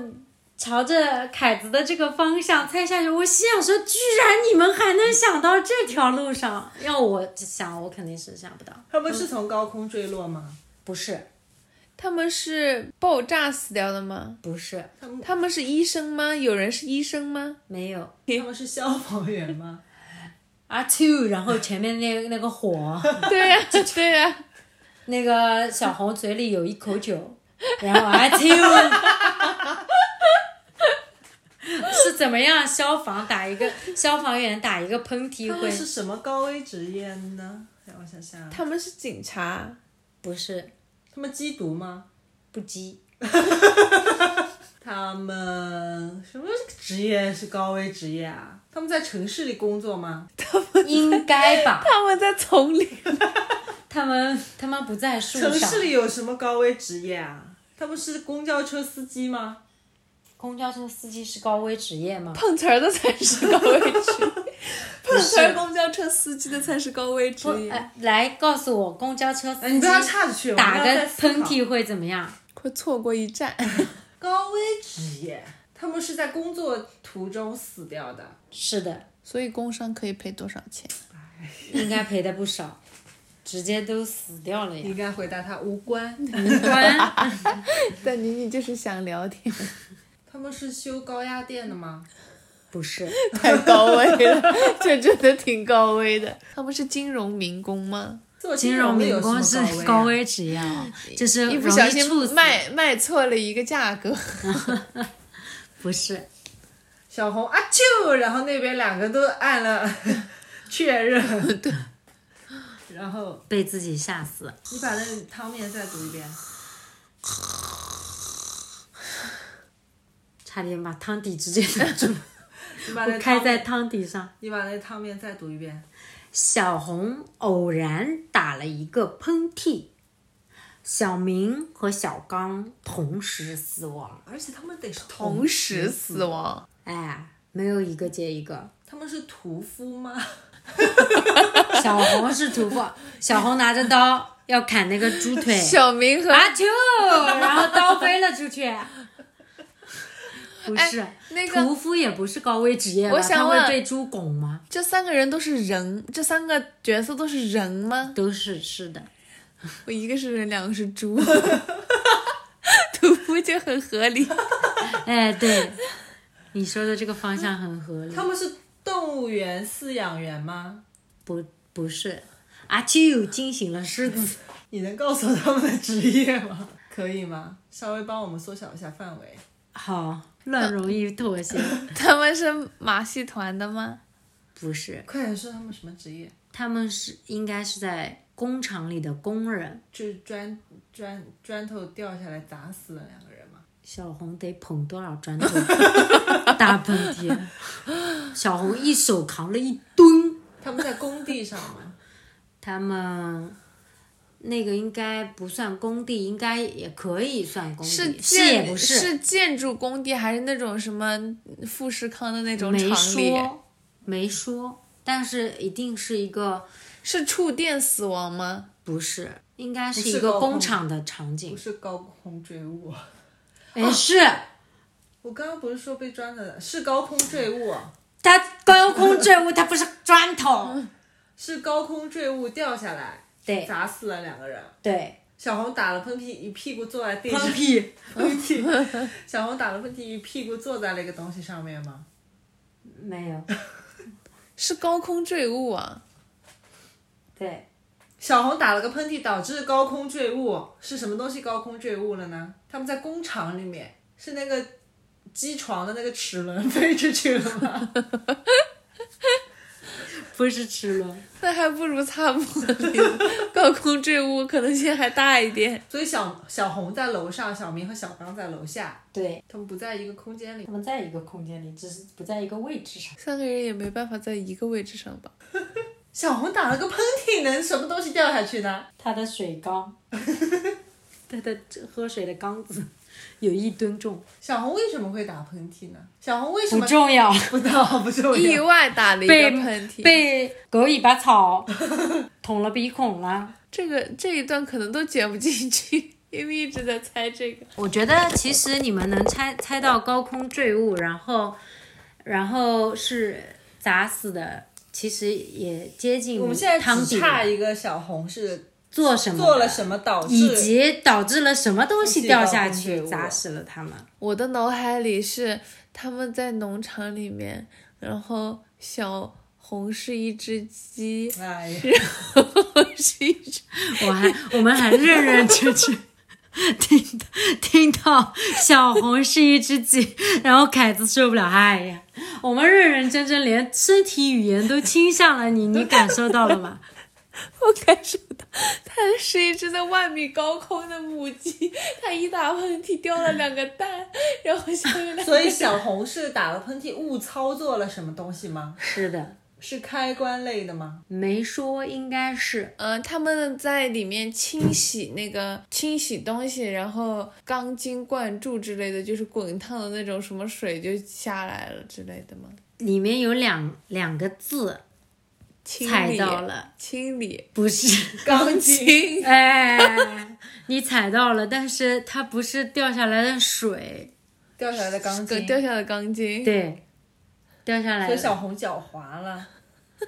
[SPEAKER 4] 朝着凯子的这个方向猜下去，我心想说，居然你们还能想到这条路上，要我想，我肯定是想不到。
[SPEAKER 3] 他们是从高空坠落吗？
[SPEAKER 4] 不是，
[SPEAKER 1] 他们是爆炸死掉的吗？
[SPEAKER 4] 不是，
[SPEAKER 1] 他们是医生吗？有人是医生 吗？
[SPEAKER 4] 没有。
[SPEAKER 3] 他们是消防员吗？
[SPEAKER 4] 啊 two，然后前面那那个火，
[SPEAKER 1] 对呀、对呀、
[SPEAKER 4] 那个小红嘴里有一口酒， 然后 I two，是怎么样？消防打一个消防员打一个喷嚏
[SPEAKER 3] 他
[SPEAKER 4] 会
[SPEAKER 3] 们啊是什么高危职业呢？让我想想，啊
[SPEAKER 1] 他们是警察，
[SPEAKER 4] 不是
[SPEAKER 3] 他们缉毒吗？
[SPEAKER 4] 不羁？
[SPEAKER 3] 他们什么职业是高危职业啊？他们在城市里工作吗？
[SPEAKER 4] 应 该吧？
[SPEAKER 1] 他们在丛林，
[SPEAKER 4] 他们他们不在树
[SPEAKER 3] 城
[SPEAKER 4] 上
[SPEAKER 3] 市，里有什么高危职业啊？他们是公交车司机吗？
[SPEAKER 4] 公交车司机是高危职业吗？
[SPEAKER 1] 碰瓷儿的才是高危职业， 碰瓷儿公交车司机的才是高危职
[SPEAKER 4] 不，
[SPEAKER 1] 业。
[SPEAKER 4] 哎，来告诉我，公交车司
[SPEAKER 3] 呃哎你不
[SPEAKER 4] 机
[SPEAKER 3] 要岔着去，我们
[SPEAKER 4] 打
[SPEAKER 3] 要
[SPEAKER 4] 个
[SPEAKER 3] 再思考
[SPEAKER 4] 喷嚏会怎么样？
[SPEAKER 1] 会错过一站，
[SPEAKER 3] 高危职
[SPEAKER 4] 哎
[SPEAKER 3] 业，他们是在工作途中死掉的。
[SPEAKER 4] 是的，
[SPEAKER 1] 所以工伤可以赔多少钱？
[SPEAKER 4] 应该赔的不少，直接都死掉了呀。
[SPEAKER 3] 应该回答他无关。
[SPEAKER 4] 关
[SPEAKER 1] 但妮妮就是想聊天，
[SPEAKER 3] 他们是修高压电的吗？
[SPEAKER 4] 不是，
[SPEAKER 1] 太高危了， 这真的挺高危的。他们是金融民工吗？
[SPEAKER 3] 做
[SPEAKER 4] 金融
[SPEAKER 3] 融的
[SPEAKER 4] 民
[SPEAKER 3] 有什么
[SPEAKER 4] 工是
[SPEAKER 3] 啊
[SPEAKER 4] 高。危职业啊，就是
[SPEAKER 1] 一不
[SPEAKER 4] 容易
[SPEAKER 1] 小心
[SPEAKER 4] 猝死
[SPEAKER 1] 卖卖错了一个价格，
[SPEAKER 4] 不是
[SPEAKER 3] 小红啊啾，然后那边两个都按了 确认。对。然后
[SPEAKER 4] 被自己吓死。
[SPEAKER 3] 你把那汤面再读一遍。
[SPEAKER 4] 差点把汤底直接堵住，
[SPEAKER 3] 你把那
[SPEAKER 4] 开
[SPEAKER 3] 汤
[SPEAKER 4] 在汤底上。
[SPEAKER 3] 你把那汤面再读一遍。
[SPEAKER 4] 小红偶然打了一个喷嚏，小明和小刚同时死亡。
[SPEAKER 3] 而且他们得是
[SPEAKER 1] 同时死亡。
[SPEAKER 4] 哎，没有一个接一个。
[SPEAKER 3] 他们是屠夫吗？
[SPEAKER 4] 小红是屠夫，小红拿着刀要砍那个猪腿，
[SPEAKER 1] 小明和
[SPEAKER 4] 阿秋，然后刀飞了出去。 不是、
[SPEAKER 1] 那个
[SPEAKER 4] 屠夫也不是高危职业吧？
[SPEAKER 1] 我想
[SPEAKER 4] 他
[SPEAKER 1] 问
[SPEAKER 4] 会被猪拱吗？
[SPEAKER 1] 这三个人都是人，这三个角色都是人吗？
[SPEAKER 4] 都是是的，
[SPEAKER 1] 我一个是人，两个是 猪，屠夫就很合理。
[SPEAKER 4] 哎，对， 你说的这个方向很合理
[SPEAKER 3] 他。们是动物园饲养员吗？
[SPEAKER 4] 不，不是，阿秋惊醒了狮子。
[SPEAKER 3] 你能告诉我他们的职业吗？ 可以吗？稍微帮我们缩小一下范围。
[SPEAKER 4] 好，乱容易妥协。
[SPEAKER 1] 他们是马戏团的吗？
[SPEAKER 4] 不是，
[SPEAKER 3] 快点说他们什么职业？
[SPEAKER 4] 他们是应该是在工厂里的工人。
[SPEAKER 3] 就是砖砖砖头掉下来砸死了两个人嘛。
[SPEAKER 4] 小红得捧多少砖头打喷嚏？小红一手扛了一吨。
[SPEAKER 3] 他们在工地上嘛，
[SPEAKER 4] 他们那个应该不算工地，应该也可以算工地，
[SPEAKER 1] 是
[SPEAKER 4] 是
[SPEAKER 1] 建
[SPEAKER 4] 也不
[SPEAKER 1] 是建筑工地，还是那种什么富士康的那种
[SPEAKER 4] 没
[SPEAKER 1] 厂里？
[SPEAKER 4] 说没说，但是一定是一个
[SPEAKER 1] 是触电死亡吗？
[SPEAKER 4] 不是，应该
[SPEAKER 3] 不
[SPEAKER 4] 是
[SPEAKER 3] 是
[SPEAKER 4] 一个
[SPEAKER 3] 高空
[SPEAKER 4] 工厂的场
[SPEAKER 3] 不
[SPEAKER 4] 景，
[SPEAKER 3] 是高空坠物。
[SPEAKER 4] 哎是。
[SPEAKER 3] 我刚刚不是说被砖的，是高空坠物啊，
[SPEAKER 4] 它高空坠物，它不是砖头。
[SPEAKER 3] 是高空坠物掉下来
[SPEAKER 4] 对
[SPEAKER 3] 砸死了两个人。
[SPEAKER 4] 对，
[SPEAKER 3] 小红打了喷嚏，一屁股坐在地上。
[SPEAKER 4] 放屁！
[SPEAKER 3] 喷嚏。 小红打了喷嚏，一屁股坐在那个东西上面吗？
[SPEAKER 4] 没有。
[SPEAKER 1] 是高空坠物啊！
[SPEAKER 4] 对，
[SPEAKER 3] 小红打了个喷嚏，导致高空坠物，是什么东西高空坠物了呢？他们在工厂里面，是那个机床的那个齿轮飞出去了吗？
[SPEAKER 4] 不是齿轮，
[SPEAKER 1] 那还不如擦玻璃，高空坠物可能性还大一点。
[SPEAKER 3] 所以小小红在楼上，小明和小刚在楼下，
[SPEAKER 4] 对，
[SPEAKER 3] 他们不在一个空间里
[SPEAKER 4] 他。们在一个空间里，只是不在一个位置上。
[SPEAKER 1] 三个人也没办法在一个位置上吧？
[SPEAKER 3] 小红打了个喷嚏，能什么东西掉下去呢？
[SPEAKER 4] 他的水缸， 他的喝水的缸子有一吨重，
[SPEAKER 3] 小红为什么会打喷嚏呢？小红为什
[SPEAKER 4] 不
[SPEAKER 3] 么
[SPEAKER 4] 重要，
[SPEAKER 3] 不知道 不重
[SPEAKER 1] 意
[SPEAKER 3] 要？
[SPEAKER 1] 外打了一个
[SPEAKER 4] 被
[SPEAKER 1] 喷嚏，
[SPEAKER 4] 被狗尾巴草 捅了鼻孔了。
[SPEAKER 1] 这个这一段可能都剪不进去，因为一直在猜这个。
[SPEAKER 4] 我觉得其实你们能猜猜到高空坠物，然后然后是砸死的，其实也接近
[SPEAKER 3] 我们现在
[SPEAKER 4] 汤
[SPEAKER 3] 只
[SPEAKER 4] 底
[SPEAKER 3] 差一个小红是
[SPEAKER 4] 做什么
[SPEAKER 3] 做了
[SPEAKER 4] 么，
[SPEAKER 3] 什么导致
[SPEAKER 4] 以及导致了什么东西掉下
[SPEAKER 3] 自己高空坠
[SPEAKER 4] 去
[SPEAKER 3] 物
[SPEAKER 4] 砸死了他们。
[SPEAKER 1] 我的脑海里是他们在农场里面，然后小红是一只鸡，
[SPEAKER 3] 哎呀，
[SPEAKER 1] 我是一只
[SPEAKER 4] 我还我们还认认真真听听到小红是一只鸡，然后凯子受不了，哎呀，我们认认真真连身体语言都倾向了你，你感受到了吗？
[SPEAKER 1] 我感受到，它是一只在万米高空的母鸡，它一打喷嚏掉了两个蛋，然后下面两个
[SPEAKER 3] 所以小红是打了喷嚏误操作了什么东西吗？
[SPEAKER 4] 是的，
[SPEAKER 3] 是开关类的吗？
[SPEAKER 4] 没说应该是
[SPEAKER 1] 呃，他们在里面清洗那个清洗东西，然后钢筋灌注之类的，就是滚烫的那种什么水就下来了之类的吗？
[SPEAKER 4] 里面有两两个字
[SPEAKER 1] 清
[SPEAKER 4] 踩
[SPEAKER 1] 理
[SPEAKER 4] 到，了，
[SPEAKER 1] 清理
[SPEAKER 4] 不是，
[SPEAKER 3] 钢筋
[SPEAKER 1] 清
[SPEAKER 4] 哎，你踩到了，但是它不是掉下来的水，
[SPEAKER 3] 掉下来的钢
[SPEAKER 1] 个
[SPEAKER 3] 筋，
[SPEAKER 1] 掉下的钢筋，
[SPEAKER 4] 对，掉下来
[SPEAKER 3] 所
[SPEAKER 4] 了
[SPEAKER 3] 以。小红脚滑了。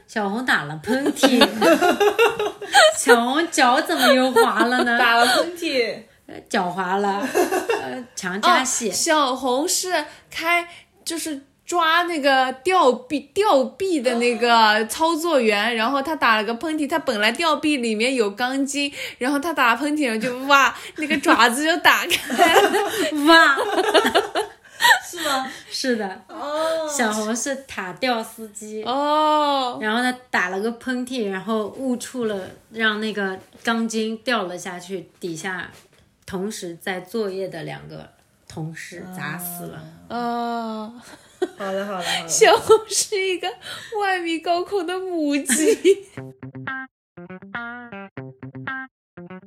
[SPEAKER 4] 小红打了喷嚏，小红脚怎么又滑了呢？
[SPEAKER 3] 打了喷嚏，
[SPEAKER 4] 脚滑了，呃，强加血。
[SPEAKER 1] 哦小红是开就是。抓那个吊臂吊臂的那个 操作员，然后他打了个喷嚏，他本来吊臂里面有钢筋，然后他打喷嚏，然后就哇，那个爪子就打开了，
[SPEAKER 4] 哇，
[SPEAKER 3] 是吗？
[SPEAKER 4] 是的，
[SPEAKER 3] 哦，
[SPEAKER 4] 小红是塔吊司机，
[SPEAKER 1] 哦，
[SPEAKER 4] 然后他打了个喷嚏，然后误触了，让那个钢筋掉了下去，底下同时在作业的两个同事砸死了。
[SPEAKER 1] 哦，
[SPEAKER 3] 好了好了好了，
[SPEAKER 1] 小红是一个万米高空的母鸡。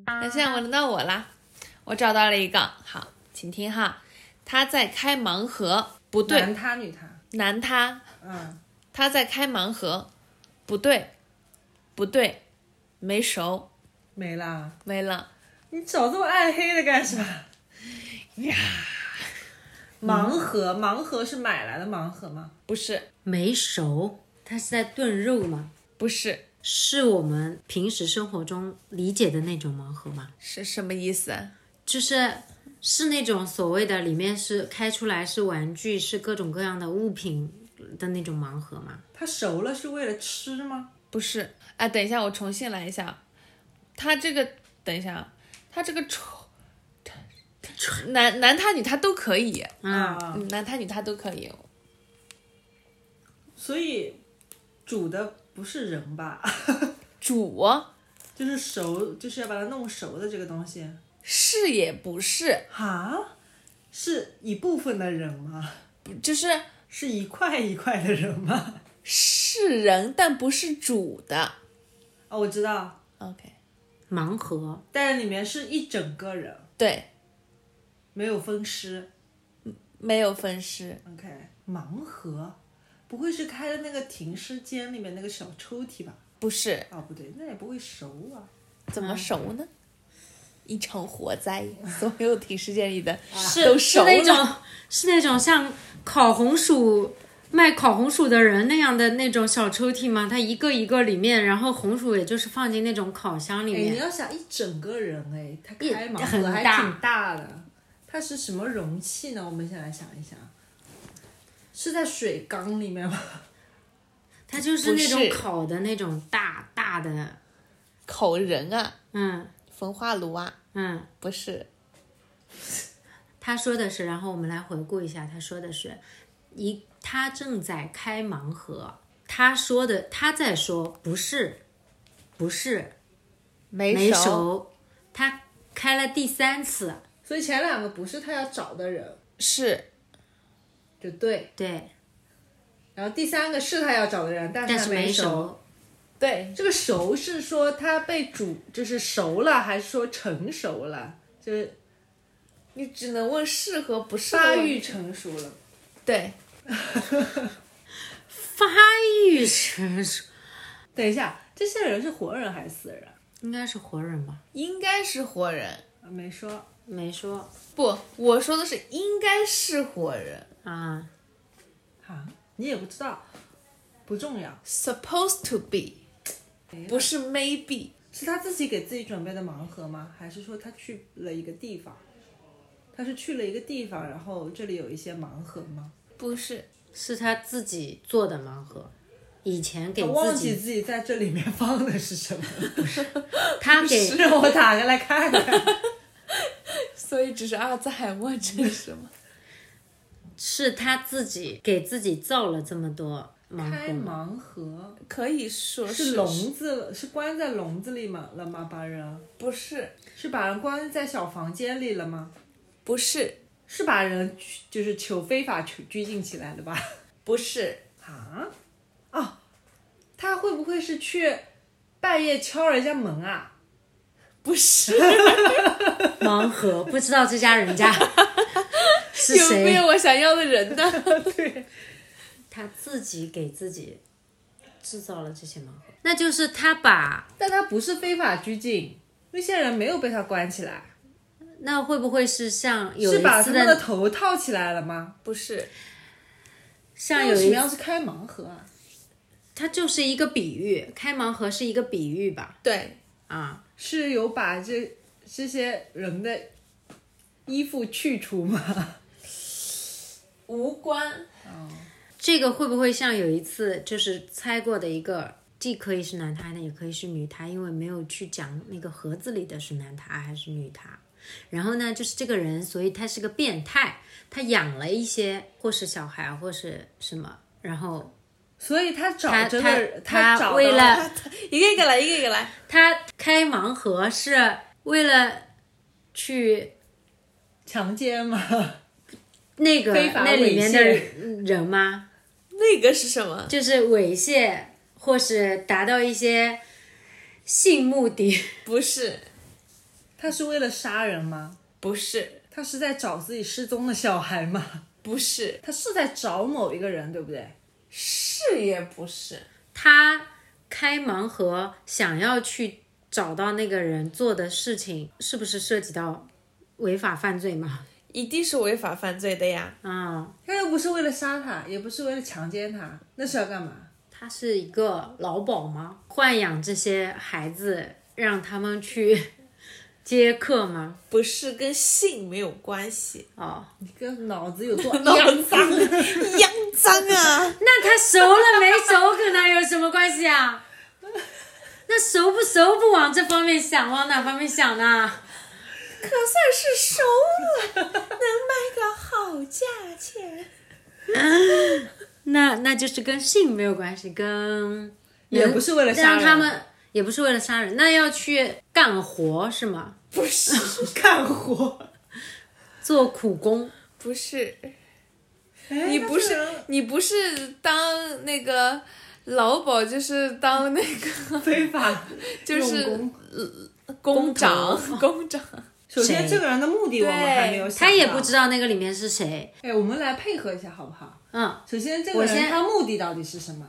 [SPEAKER 1] 那现在轮到我啦，我找到了一个，好，请听哈，他在开盲盒，不对，
[SPEAKER 3] 男他女他，
[SPEAKER 1] 男他，
[SPEAKER 3] 嗯，
[SPEAKER 1] 他在开盲盒，不对，不对，没熟，
[SPEAKER 3] 没啦。
[SPEAKER 1] 没了，
[SPEAKER 3] 你找这么暗黑的干什么？呀， 盲盒，盲盒是买来的盲盒吗？
[SPEAKER 1] 不是，
[SPEAKER 4] 没熟，他是在炖肉吗？
[SPEAKER 1] 不是，
[SPEAKER 4] 是我们平时生活中理解的那种盲盒吗？
[SPEAKER 1] 是什么意思啊？
[SPEAKER 4] 就是是那种所谓的里面是开出来是玩具，是各种各样的物品的那种盲盒嘛？
[SPEAKER 3] 它熟了是为了吃吗？
[SPEAKER 1] 不是，哎，等一下，我重新来一下。他这个，等一下啊，他这个丑，男男他女他都可以，
[SPEAKER 3] 啊，
[SPEAKER 1] 嗯男他女他都可以。
[SPEAKER 3] 所以煮的不是人吧？
[SPEAKER 1] 煮
[SPEAKER 3] 就是熟，就是要把它弄熟的这个东西。
[SPEAKER 1] 是也不是，
[SPEAKER 3] 哈，是一部分的人吗？
[SPEAKER 1] 不就是
[SPEAKER 3] 是一块一块的人吗？
[SPEAKER 1] 是人，但不是煮的。
[SPEAKER 3] 啊，我知道，
[SPEAKER 1] OK，
[SPEAKER 4] 盲盒
[SPEAKER 3] 但里面是一整个人，
[SPEAKER 1] 对，
[SPEAKER 3] 没有分尸。
[SPEAKER 1] 没有分尸，
[SPEAKER 3] OK，盲盒，不会是开的那个停尸间里面那个小抽屉吧？
[SPEAKER 1] 不是，
[SPEAKER 3] 啊，不对，那也不会熟啊。
[SPEAKER 1] 怎么熟呢？一场火灾， 所有停尸间里的都
[SPEAKER 4] 啊是
[SPEAKER 1] 熟
[SPEAKER 4] 是那
[SPEAKER 1] 了。
[SPEAKER 4] 种是那种像烤红薯卖烤红薯的人那样的那种小抽屉吗？它一个一个里面，然后红薯也就是放进那种烤箱里
[SPEAKER 3] 哎，你
[SPEAKER 4] 面。
[SPEAKER 3] 要想一整个人，哎，他开盲
[SPEAKER 4] 很
[SPEAKER 3] 盒还
[SPEAKER 4] 大
[SPEAKER 3] 挺大的，它是什么容器呢？我们先来想一想，是在水缸里面吗？
[SPEAKER 4] 它就是那种
[SPEAKER 1] 不是
[SPEAKER 4] 烤的那种大大的
[SPEAKER 1] 口人啊，
[SPEAKER 4] 嗯
[SPEAKER 1] 焚化炉啊，
[SPEAKER 4] 嗯，
[SPEAKER 1] 不是
[SPEAKER 4] 他说的是，然后我们来回顾一下，他说的是，一他正在开盲盒，他说的他在说不是，不是
[SPEAKER 1] 没
[SPEAKER 4] 没熟，他开了第三次，
[SPEAKER 3] 所以前两个不是他要找的人，
[SPEAKER 1] 是
[SPEAKER 3] 就对。
[SPEAKER 4] 对，
[SPEAKER 3] 然后第三个是他要找的人，但是
[SPEAKER 4] 但
[SPEAKER 3] 他
[SPEAKER 4] 是没
[SPEAKER 3] 熟。
[SPEAKER 4] 熟，
[SPEAKER 1] 对
[SPEAKER 3] 这个熟是说他被煮，就是熟了，还是说成熟了？就是
[SPEAKER 1] 你只能问是和不是的
[SPEAKER 3] 发
[SPEAKER 1] 问
[SPEAKER 3] 育
[SPEAKER 1] 题
[SPEAKER 3] 成熟了。
[SPEAKER 1] 对
[SPEAKER 4] 发育成熟，
[SPEAKER 3] 等一下，这些人是活人还是死人？
[SPEAKER 4] 应该是活人吧？
[SPEAKER 1] 应该是活人。
[SPEAKER 3] 啊没说。
[SPEAKER 4] 没说
[SPEAKER 1] 不，我说的是应该是活人
[SPEAKER 4] 啊，
[SPEAKER 3] 啊，你也不知道，不重要，
[SPEAKER 1] ，supposed to be，不是 maybe。
[SPEAKER 3] 是他自己给自己准备的盲盒吗？还是说他去了一个地方？他是去了一个地方，然后这里有一些盲盒吗？
[SPEAKER 1] 不是，
[SPEAKER 4] 是他自己做的盲盒，以前给
[SPEAKER 3] 我忘
[SPEAKER 4] 自
[SPEAKER 3] 记
[SPEAKER 4] 己，
[SPEAKER 3] 自己在这里面放的是什么了，
[SPEAKER 4] 他
[SPEAKER 3] 是
[SPEAKER 4] 给
[SPEAKER 3] 让我打 开来看看。
[SPEAKER 1] 所以只是阿兹海默 症是吗？
[SPEAKER 4] 是他自己给自己造了这么多盲
[SPEAKER 3] 开
[SPEAKER 4] 盒吗？
[SPEAKER 3] 盲盒
[SPEAKER 1] 可以说
[SPEAKER 3] 是笼子了，是关在笼子里吗？了吗？把人
[SPEAKER 1] 不是，
[SPEAKER 3] 是把人关在小房间里了吗？
[SPEAKER 1] 不是，
[SPEAKER 3] 是把人拘就是囚非法囚拘禁起来了吧？
[SPEAKER 1] 不是，
[SPEAKER 3] 啊？哦，他会不会是去半夜敲人家门啊？
[SPEAKER 1] 不是，
[SPEAKER 4] 盲盒，不知道这家人 家是
[SPEAKER 1] 有没
[SPEAKER 4] 谁，
[SPEAKER 1] 有我想要的人呢？
[SPEAKER 4] 他自己给自己制造了这些盲盒，那就是他把
[SPEAKER 3] 但他不是非法拘禁，那些人没有被他关起来，
[SPEAKER 4] 那会不会是像有
[SPEAKER 3] 是
[SPEAKER 4] 一
[SPEAKER 3] 把他
[SPEAKER 4] 次
[SPEAKER 3] 们的头套起来了吗？
[SPEAKER 1] 不是，
[SPEAKER 4] 像
[SPEAKER 3] 为
[SPEAKER 4] 有
[SPEAKER 3] 什
[SPEAKER 4] 一
[SPEAKER 3] 么要去开盲盒啊？
[SPEAKER 4] 它就是一个比喻，开盲盒是一个比喻吧？
[SPEAKER 1] 对，
[SPEAKER 4] 啊，
[SPEAKER 3] 是有把这这些人的衣服去除吗？
[SPEAKER 1] 无关，
[SPEAKER 4] 这个会不会像有一次就是猜过的一个，既可以是男胎的，也可以是女胎，因为没有去讲那个盒子里的是男胎啊还是女胎。然后呢，就是这个人，所以他是个变态，他养了一些或是小孩或是什么，然后
[SPEAKER 3] 所以他找
[SPEAKER 4] 他
[SPEAKER 3] 这个，
[SPEAKER 4] 他
[SPEAKER 3] 找到
[SPEAKER 4] 为了
[SPEAKER 1] 一个一个来，一个一个来，
[SPEAKER 4] 他开盲盒是为了去
[SPEAKER 3] 强奸吗？
[SPEAKER 4] 那个
[SPEAKER 3] 非法
[SPEAKER 4] 那里面的
[SPEAKER 3] 猥
[SPEAKER 4] 人吗？
[SPEAKER 1] 那个是什么？
[SPEAKER 4] 就是猥亵或是达到一些性目的，
[SPEAKER 1] 不是，
[SPEAKER 3] 他是为了杀人吗？
[SPEAKER 1] 不是，
[SPEAKER 3] 他是在找自己失踪的小孩吗？
[SPEAKER 1] 不是，
[SPEAKER 3] 他是在找某一个人，对不对？
[SPEAKER 1] 是也不是，
[SPEAKER 4] 他开盲盒想要去找到那个人做的事情，是不是涉及到违法犯罪嘛？
[SPEAKER 1] 一定是违法犯罪的呀。
[SPEAKER 4] 啊、
[SPEAKER 3] 他又不是为了杀他，也不是为了强奸他，那是要干嘛？
[SPEAKER 4] 他是一个劳保吗？豢养这些孩子，让他们去接客吗？
[SPEAKER 1] 不是跟性没有关系，
[SPEAKER 4] 哦，
[SPEAKER 3] 你个脑子有多
[SPEAKER 1] 肮
[SPEAKER 3] 肮
[SPEAKER 1] 脏
[SPEAKER 3] 脏？
[SPEAKER 1] 肮脏啊！
[SPEAKER 4] 那他熟了没熟跟他有什么关系啊？ 那熟不熟不往这方面想，往哪方面想呢？
[SPEAKER 1] 可算是熟了，能卖个好价钱。
[SPEAKER 4] 那那就是跟性没有关系，跟
[SPEAKER 3] 也不是为了杀
[SPEAKER 4] 让
[SPEAKER 3] 人，
[SPEAKER 4] 他们也不是为了杀人，那要去干活是吗？
[SPEAKER 1] 不 是，
[SPEAKER 3] 干活。
[SPEAKER 4] 做苦工，
[SPEAKER 1] 不是，
[SPEAKER 3] 哎
[SPEAKER 1] 你不
[SPEAKER 3] 那
[SPEAKER 1] 是
[SPEAKER 3] 这
[SPEAKER 1] 你不是当那个劳保，就是当那个
[SPEAKER 3] 非法
[SPEAKER 1] 就是
[SPEAKER 3] 用功
[SPEAKER 1] 工长
[SPEAKER 4] 工头
[SPEAKER 1] 工长。
[SPEAKER 3] 首先，
[SPEAKER 4] 谁
[SPEAKER 3] 这个人的目的我们
[SPEAKER 1] 对
[SPEAKER 3] 还没有想到。
[SPEAKER 4] 他也不知道那个里面是谁。
[SPEAKER 3] 哎，我们来配合一下好不好？
[SPEAKER 4] 嗯，
[SPEAKER 3] 首先，这
[SPEAKER 4] 我
[SPEAKER 3] 个人
[SPEAKER 4] 先
[SPEAKER 3] 他目的到底是什么？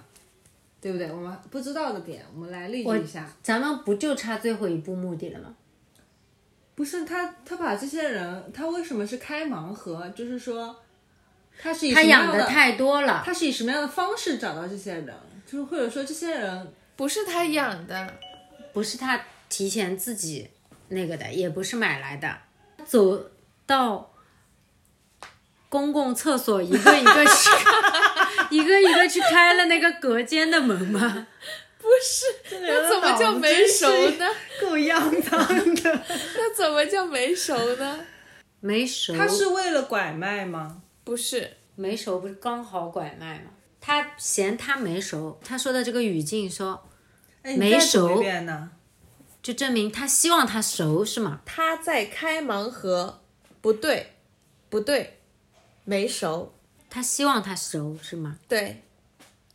[SPEAKER 3] 对不对？我们不知道的点，我们来列
[SPEAKER 4] 我
[SPEAKER 3] 举一下。
[SPEAKER 4] 咱们不就差最后一步目的了吗？
[SPEAKER 3] 不是他，他把这些人，他为什么是开盲盒？就是说，他是以
[SPEAKER 4] 他
[SPEAKER 3] 什么
[SPEAKER 4] 养
[SPEAKER 3] 样
[SPEAKER 4] 的
[SPEAKER 3] 的
[SPEAKER 4] 太多了，
[SPEAKER 3] 他是以什么样的方式找到这些人？就是或者说这些人
[SPEAKER 1] 不是他养的，
[SPEAKER 4] 不是他提前自己那个的，也不是买来的，走到公共厕所
[SPEAKER 1] 啊
[SPEAKER 4] 一个一个去，一个一个去开了那个隔间的门吗？
[SPEAKER 1] 不是，那怎么叫没熟呢？？
[SPEAKER 3] 够样当的。
[SPEAKER 1] 那怎么叫没熟呢？
[SPEAKER 4] 没熟，
[SPEAKER 3] 他是为了拐卖吗？
[SPEAKER 1] 不是，
[SPEAKER 4] 没熟不是刚好拐卖吗？他嫌他没熟，他说的这个语境说，
[SPEAKER 3] 哎，你
[SPEAKER 4] 没
[SPEAKER 3] 再读
[SPEAKER 4] 熟
[SPEAKER 3] 一遍呢？
[SPEAKER 4] 就证明他希望他熟是吗？
[SPEAKER 1] 他在开盲盒，不对，不对，没熟，
[SPEAKER 4] 他希望他熟是吗？
[SPEAKER 1] 对，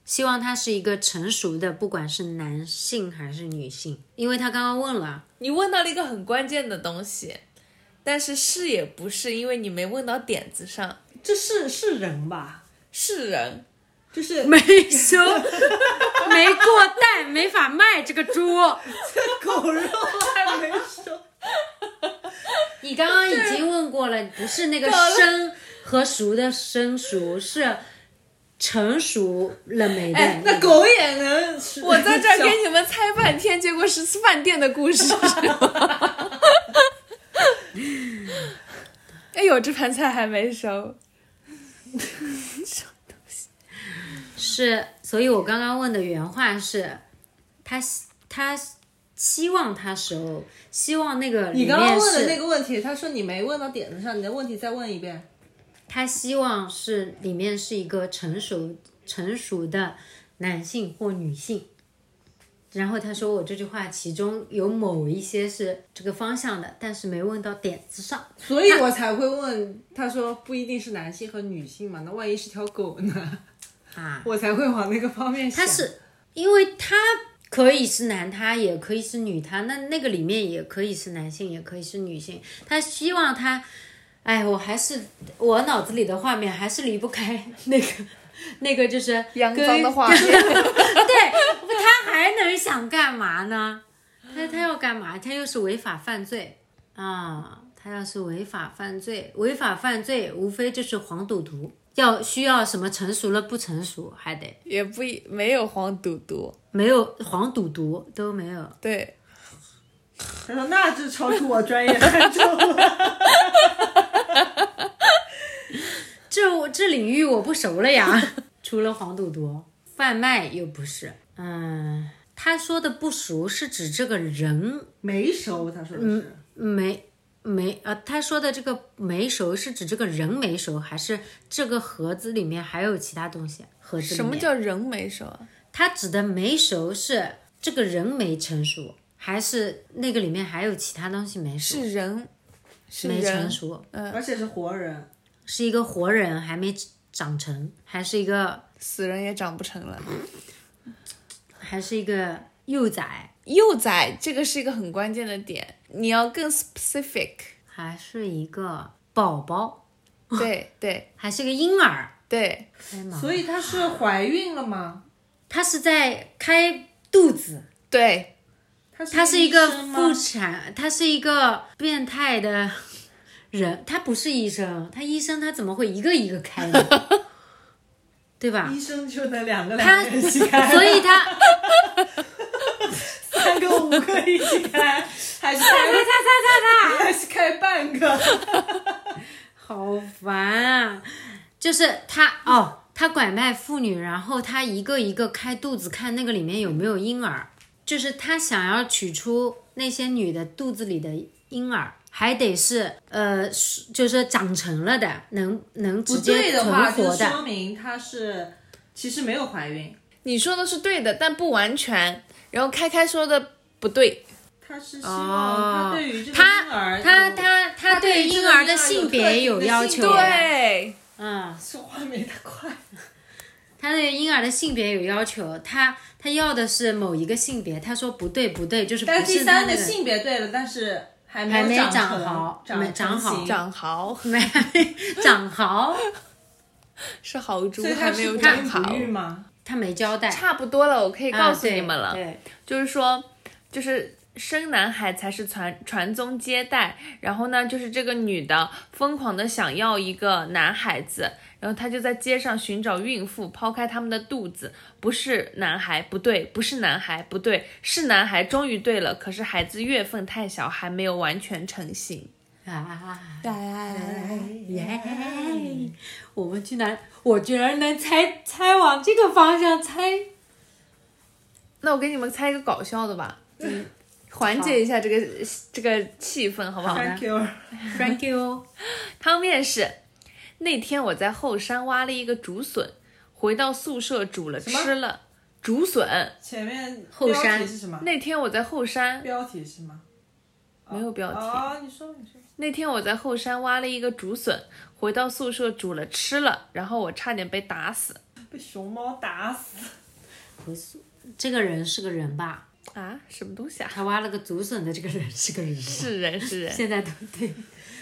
[SPEAKER 4] 希望他是一个成熟的，不管是男性还是女性，因为他刚刚问了，
[SPEAKER 1] 你问到了一个很关键的东西，但是是也不是，因为你没问到点子上。
[SPEAKER 3] 这是是人吧？
[SPEAKER 1] 是人，
[SPEAKER 3] 就是
[SPEAKER 4] 没熟， 没过蛋，没法卖这个猪。
[SPEAKER 3] 狗肉还没 熟，
[SPEAKER 4] 你刚刚已经问过了，不是那个生和熟的生熟，是成熟了没的。
[SPEAKER 3] 哎，那狗也 能吃。
[SPEAKER 1] 我在这儿
[SPEAKER 3] 小
[SPEAKER 1] 给你们猜半天，结果是饭店的 故事。哎呦，这盘菜还没熟。
[SPEAKER 4] 是，所以我刚刚问的原话是，他希他希望他熟，希望那个
[SPEAKER 3] 你
[SPEAKER 4] 里
[SPEAKER 3] 刚刚
[SPEAKER 4] 面
[SPEAKER 3] 问的
[SPEAKER 4] 是
[SPEAKER 3] 那个问题，他说你没问到点子上，你的问题再问一遍。
[SPEAKER 4] 他希望是里面是一个成熟成熟的男性或女性。然后他说我这句话其中有某一些是这个方向的，但是没问到点子上。
[SPEAKER 3] 所以我才会问，他说不一定是男性和女性嘛，那万一是条狗呢？
[SPEAKER 4] 啊，
[SPEAKER 3] 我才会往那个方面想。
[SPEAKER 4] 他是因为他可以是男，他也可以是女，他那那个里面也可以是男性，也可以是女性。他希望他，哎，我还是我脑子里的画面还是离不开那个。 那个就是
[SPEAKER 1] 肮
[SPEAKER 4] 跟
[SPEAKER 1] 脏的画面
[SPEAKER 4] 对，他还能想干嘛呢？他他要干嘛？他又是违法犯罪啊！他要是违法犯罪，违法犯罪无非就是黄赌毒，要需要什么成熟了不成熟，还得
[SPEAKER 1] 也不一没有黄赌毒，
[SPEAKER 4] 没有黄赌毒都没有，
[SPEAKER 1] 对，
[SPEAKER 3] 他说那这超出我专业范畴了。
[SPEAKER 4] 这我这领域我不熟了呀。除了黄赌毒，贩卖又不是。嗯，他说的不熟是指这个人
[SPEAKER 3] 没熟，他说的
[SPEAKER 4] 嗯
[SPEAKER 3] 是。
[SPEAKER 4] 没没呃，他说的这个没熟是指这个人没熟，还是这个盒子里面还有其他东西？盒子里面
[SPEAKER 1] 什么叫人没熟啊？
[SPEAKER 4] 他指的没熟是这个人没成熟，还是那个里面还有其他东西没熟？
[SPEAKER 1] 是人，是
[SPEAKER 4] 没成
[SPEAKER 1] 人，
[SPEAKER 4] 熟，
[SPEAKER 3] 而且是活人，
[SPEAKER 4] 是一个活人还没长成，还是一个
[SPEAKER 1] 死人也长不成了。
[SPEAKER 4] 还是一个幼崽，
[SPEAKER 1] 幼崽这个是一个很关键的点，你要更 specific
[SPEAKER 4] 还是一个宝宝，
[SPEAKER 1] 对。对
[SPEAKER 4] 还是个婴儿？
[SPEAKER 1] 对
[SPEAKER 3] 所以她是怀孕了吗？
[SPEAKER 4] 他是在开肚子，
[SPEAKER 1] 对
[SPEAKER 3] 她是
[SPEAKER 4] 他
[SPEAKER 3] 她
[SPEAKER 4] 是一个妇产，他是一个变态的人，他不是医生，他医生他怎么会一个一个开呢？ 对吧？
[SPEAKER 3] 医生就能两个
[SPEAKER 4] 他
[SPEAKER 3] 两个一起开，
[SPEAKER 4] 所以他
[SPEAKER 3] 三个五个一起开，还是开还是开半个？
[SPEAKER 4] 好烦啊！就是他哦，他拐卖妇女，然后他一个一个开肚子，看那个里面有没有婴儿。就是他想要取出那些女的肚子里的婴儿，还得是呃，是就是长成了的，能能
[SPEAKER 3] 不
[SPEAKER 4] 直
[SPEAKER 3] 对
[SPEAKER 4] 接
[SPEAKER 3] 的
[SPEAKER 4] 存
[SPEAKER 3] 话，就
[SPEAKER 4] 活
[SPEAKER 3] 说明她是其实没有怀孕，
[SPEAKER 1] 你说的是对的，但不完全。然后开开说的不对，
[SPEAKER 3] 她是希
[SPEAKER 4] 哦
[SPEAKER 3] 望她哦对于这个婴
[SPEAKER 4] 他
[SPEAKER 3] 儿有，
[SPEAKER 4] 他他他对
[SPEAKER 3] 对这个
[SPEAKER 4] 婴儿
[SPEAKER 3] 婴儿
[SPEAKER 4] 的
[SPEAKER 3] 有
[SPEAKER 4] 性
[SPEAKER 3] 特
[SPEAKER 4] 别
[SPEAKER 3] 定
[SPEAKER 4] 有
[SPEAKER 3] 的
[SPEAKER 4] 要
[SPEAKER 3] 性
[SPEAKER 4] 求，
[SPEAKER 3] 别
[SPEAKER 1] 对，
[SPEAKER 4] 嗯，
[SPEAKER 3] 说话没她快，
[SPEAKER 4] 他对婴儿的性别有要求，他他要的是某一个性别，他说不对不对，就是不
[SPEAKER 3] 但是第
[SPEAKER 4] 是他
[SPEAKER 3] 三
[SPEAKER 4] 那
[SPEAKER 3] 个
[SPEAKER 4] 个
[SPEAKER 3] 性别对了，但是还
[SPEAKER 4] 还没
[SPEAKER 3] 有
[SPEAKER 4] 长
[SPEAKER 3] 成
[SPEAKER 4] 好没
[SPEAKER 3] 长
[SPEAKER 4] 长好
[SPEAKER 3] 成型
[SPEAKER 1] 长蚝
[SPEAKER 4] 没长蚝，
[SPEAKER 1] 是豪猪
[SPEAKER 3] 所以她
[SPEAKER 1] 还
[SPEAKER 3] 是
[SPEAKER 1] 没有
[SPEAKER 3] 不
[SPEAKER 1] 长
[SPEAKER 3] 孕
[SPEAKER 1] 蚝
[SPEAKER 3] 不，育吗？
[SPEAKER 4] 他没交代，
[SPEAKER 1] 差不多了，我可以告
[SPEAKER 4] 啊
[SPEAKER 1] 诉
[SPEAKER 4] 对
[SPEAKER 1] 你们了，
[SPEAKER 4] 对，
[SPEAKER 1] 就是说，就是生男孩才是传传宗接代，然后呢，就是这个女的疯狂的想要一个男孩子，然后她就在街上寻找孕妇，抛开他们的肚子，不是男孩，不对，不是男孩，不对，是男孩，终于对了，可是孩子月份太小，还没有完全成型。
[SPEAKER 4] 啊，
[SPEAKER 1] 对，
[SPEAKER 4] 耶！我们居然，我居然能猜猜往这个方向猜，
[SPEAKER 1] 那我给你们猜一个搞笑的吧，嗯，缓解一下这个这个气氛，好不好？
[SPEAKER 3] Thank you。
[SPEAKER 4] Thank you。
[SPEAKER 1] 汤面是，那天我在后山挖了一个竹笋，回到宿舍煮了
[SPEAKER 3] 么
[SPEAKER 1] 吃了。竹笋，
[SPEAKER 3] 前面
[SPEAKER 4] 后
[SPEAKER 3] 标
[SPEAKER 4] 山
[SPEAKER 3] 题是什么？
[SPEAKER 1] 那天我在后山
[SPEAKER 3] 标题是吗？
[SPEAKER 1] 没有标题。
[SPEAKER 3] 啊，你说你说。
[SPEAKER 1] 那天我在后山挖了一个竹笋，回到宿舍煮了吃了，然后我差点被打死
[SPEAKER 3] 被熊猫打死，
[SPEAKER 4] 这个人是个人吧？
[SPEAKER 1] 啊！什么东 西啊？
[SPEAKER 4] 他挖了个竹笋的这个人是个人吧，
[SPEAKER 1] 是人是人，
[SPEAKER 4] 现在都对。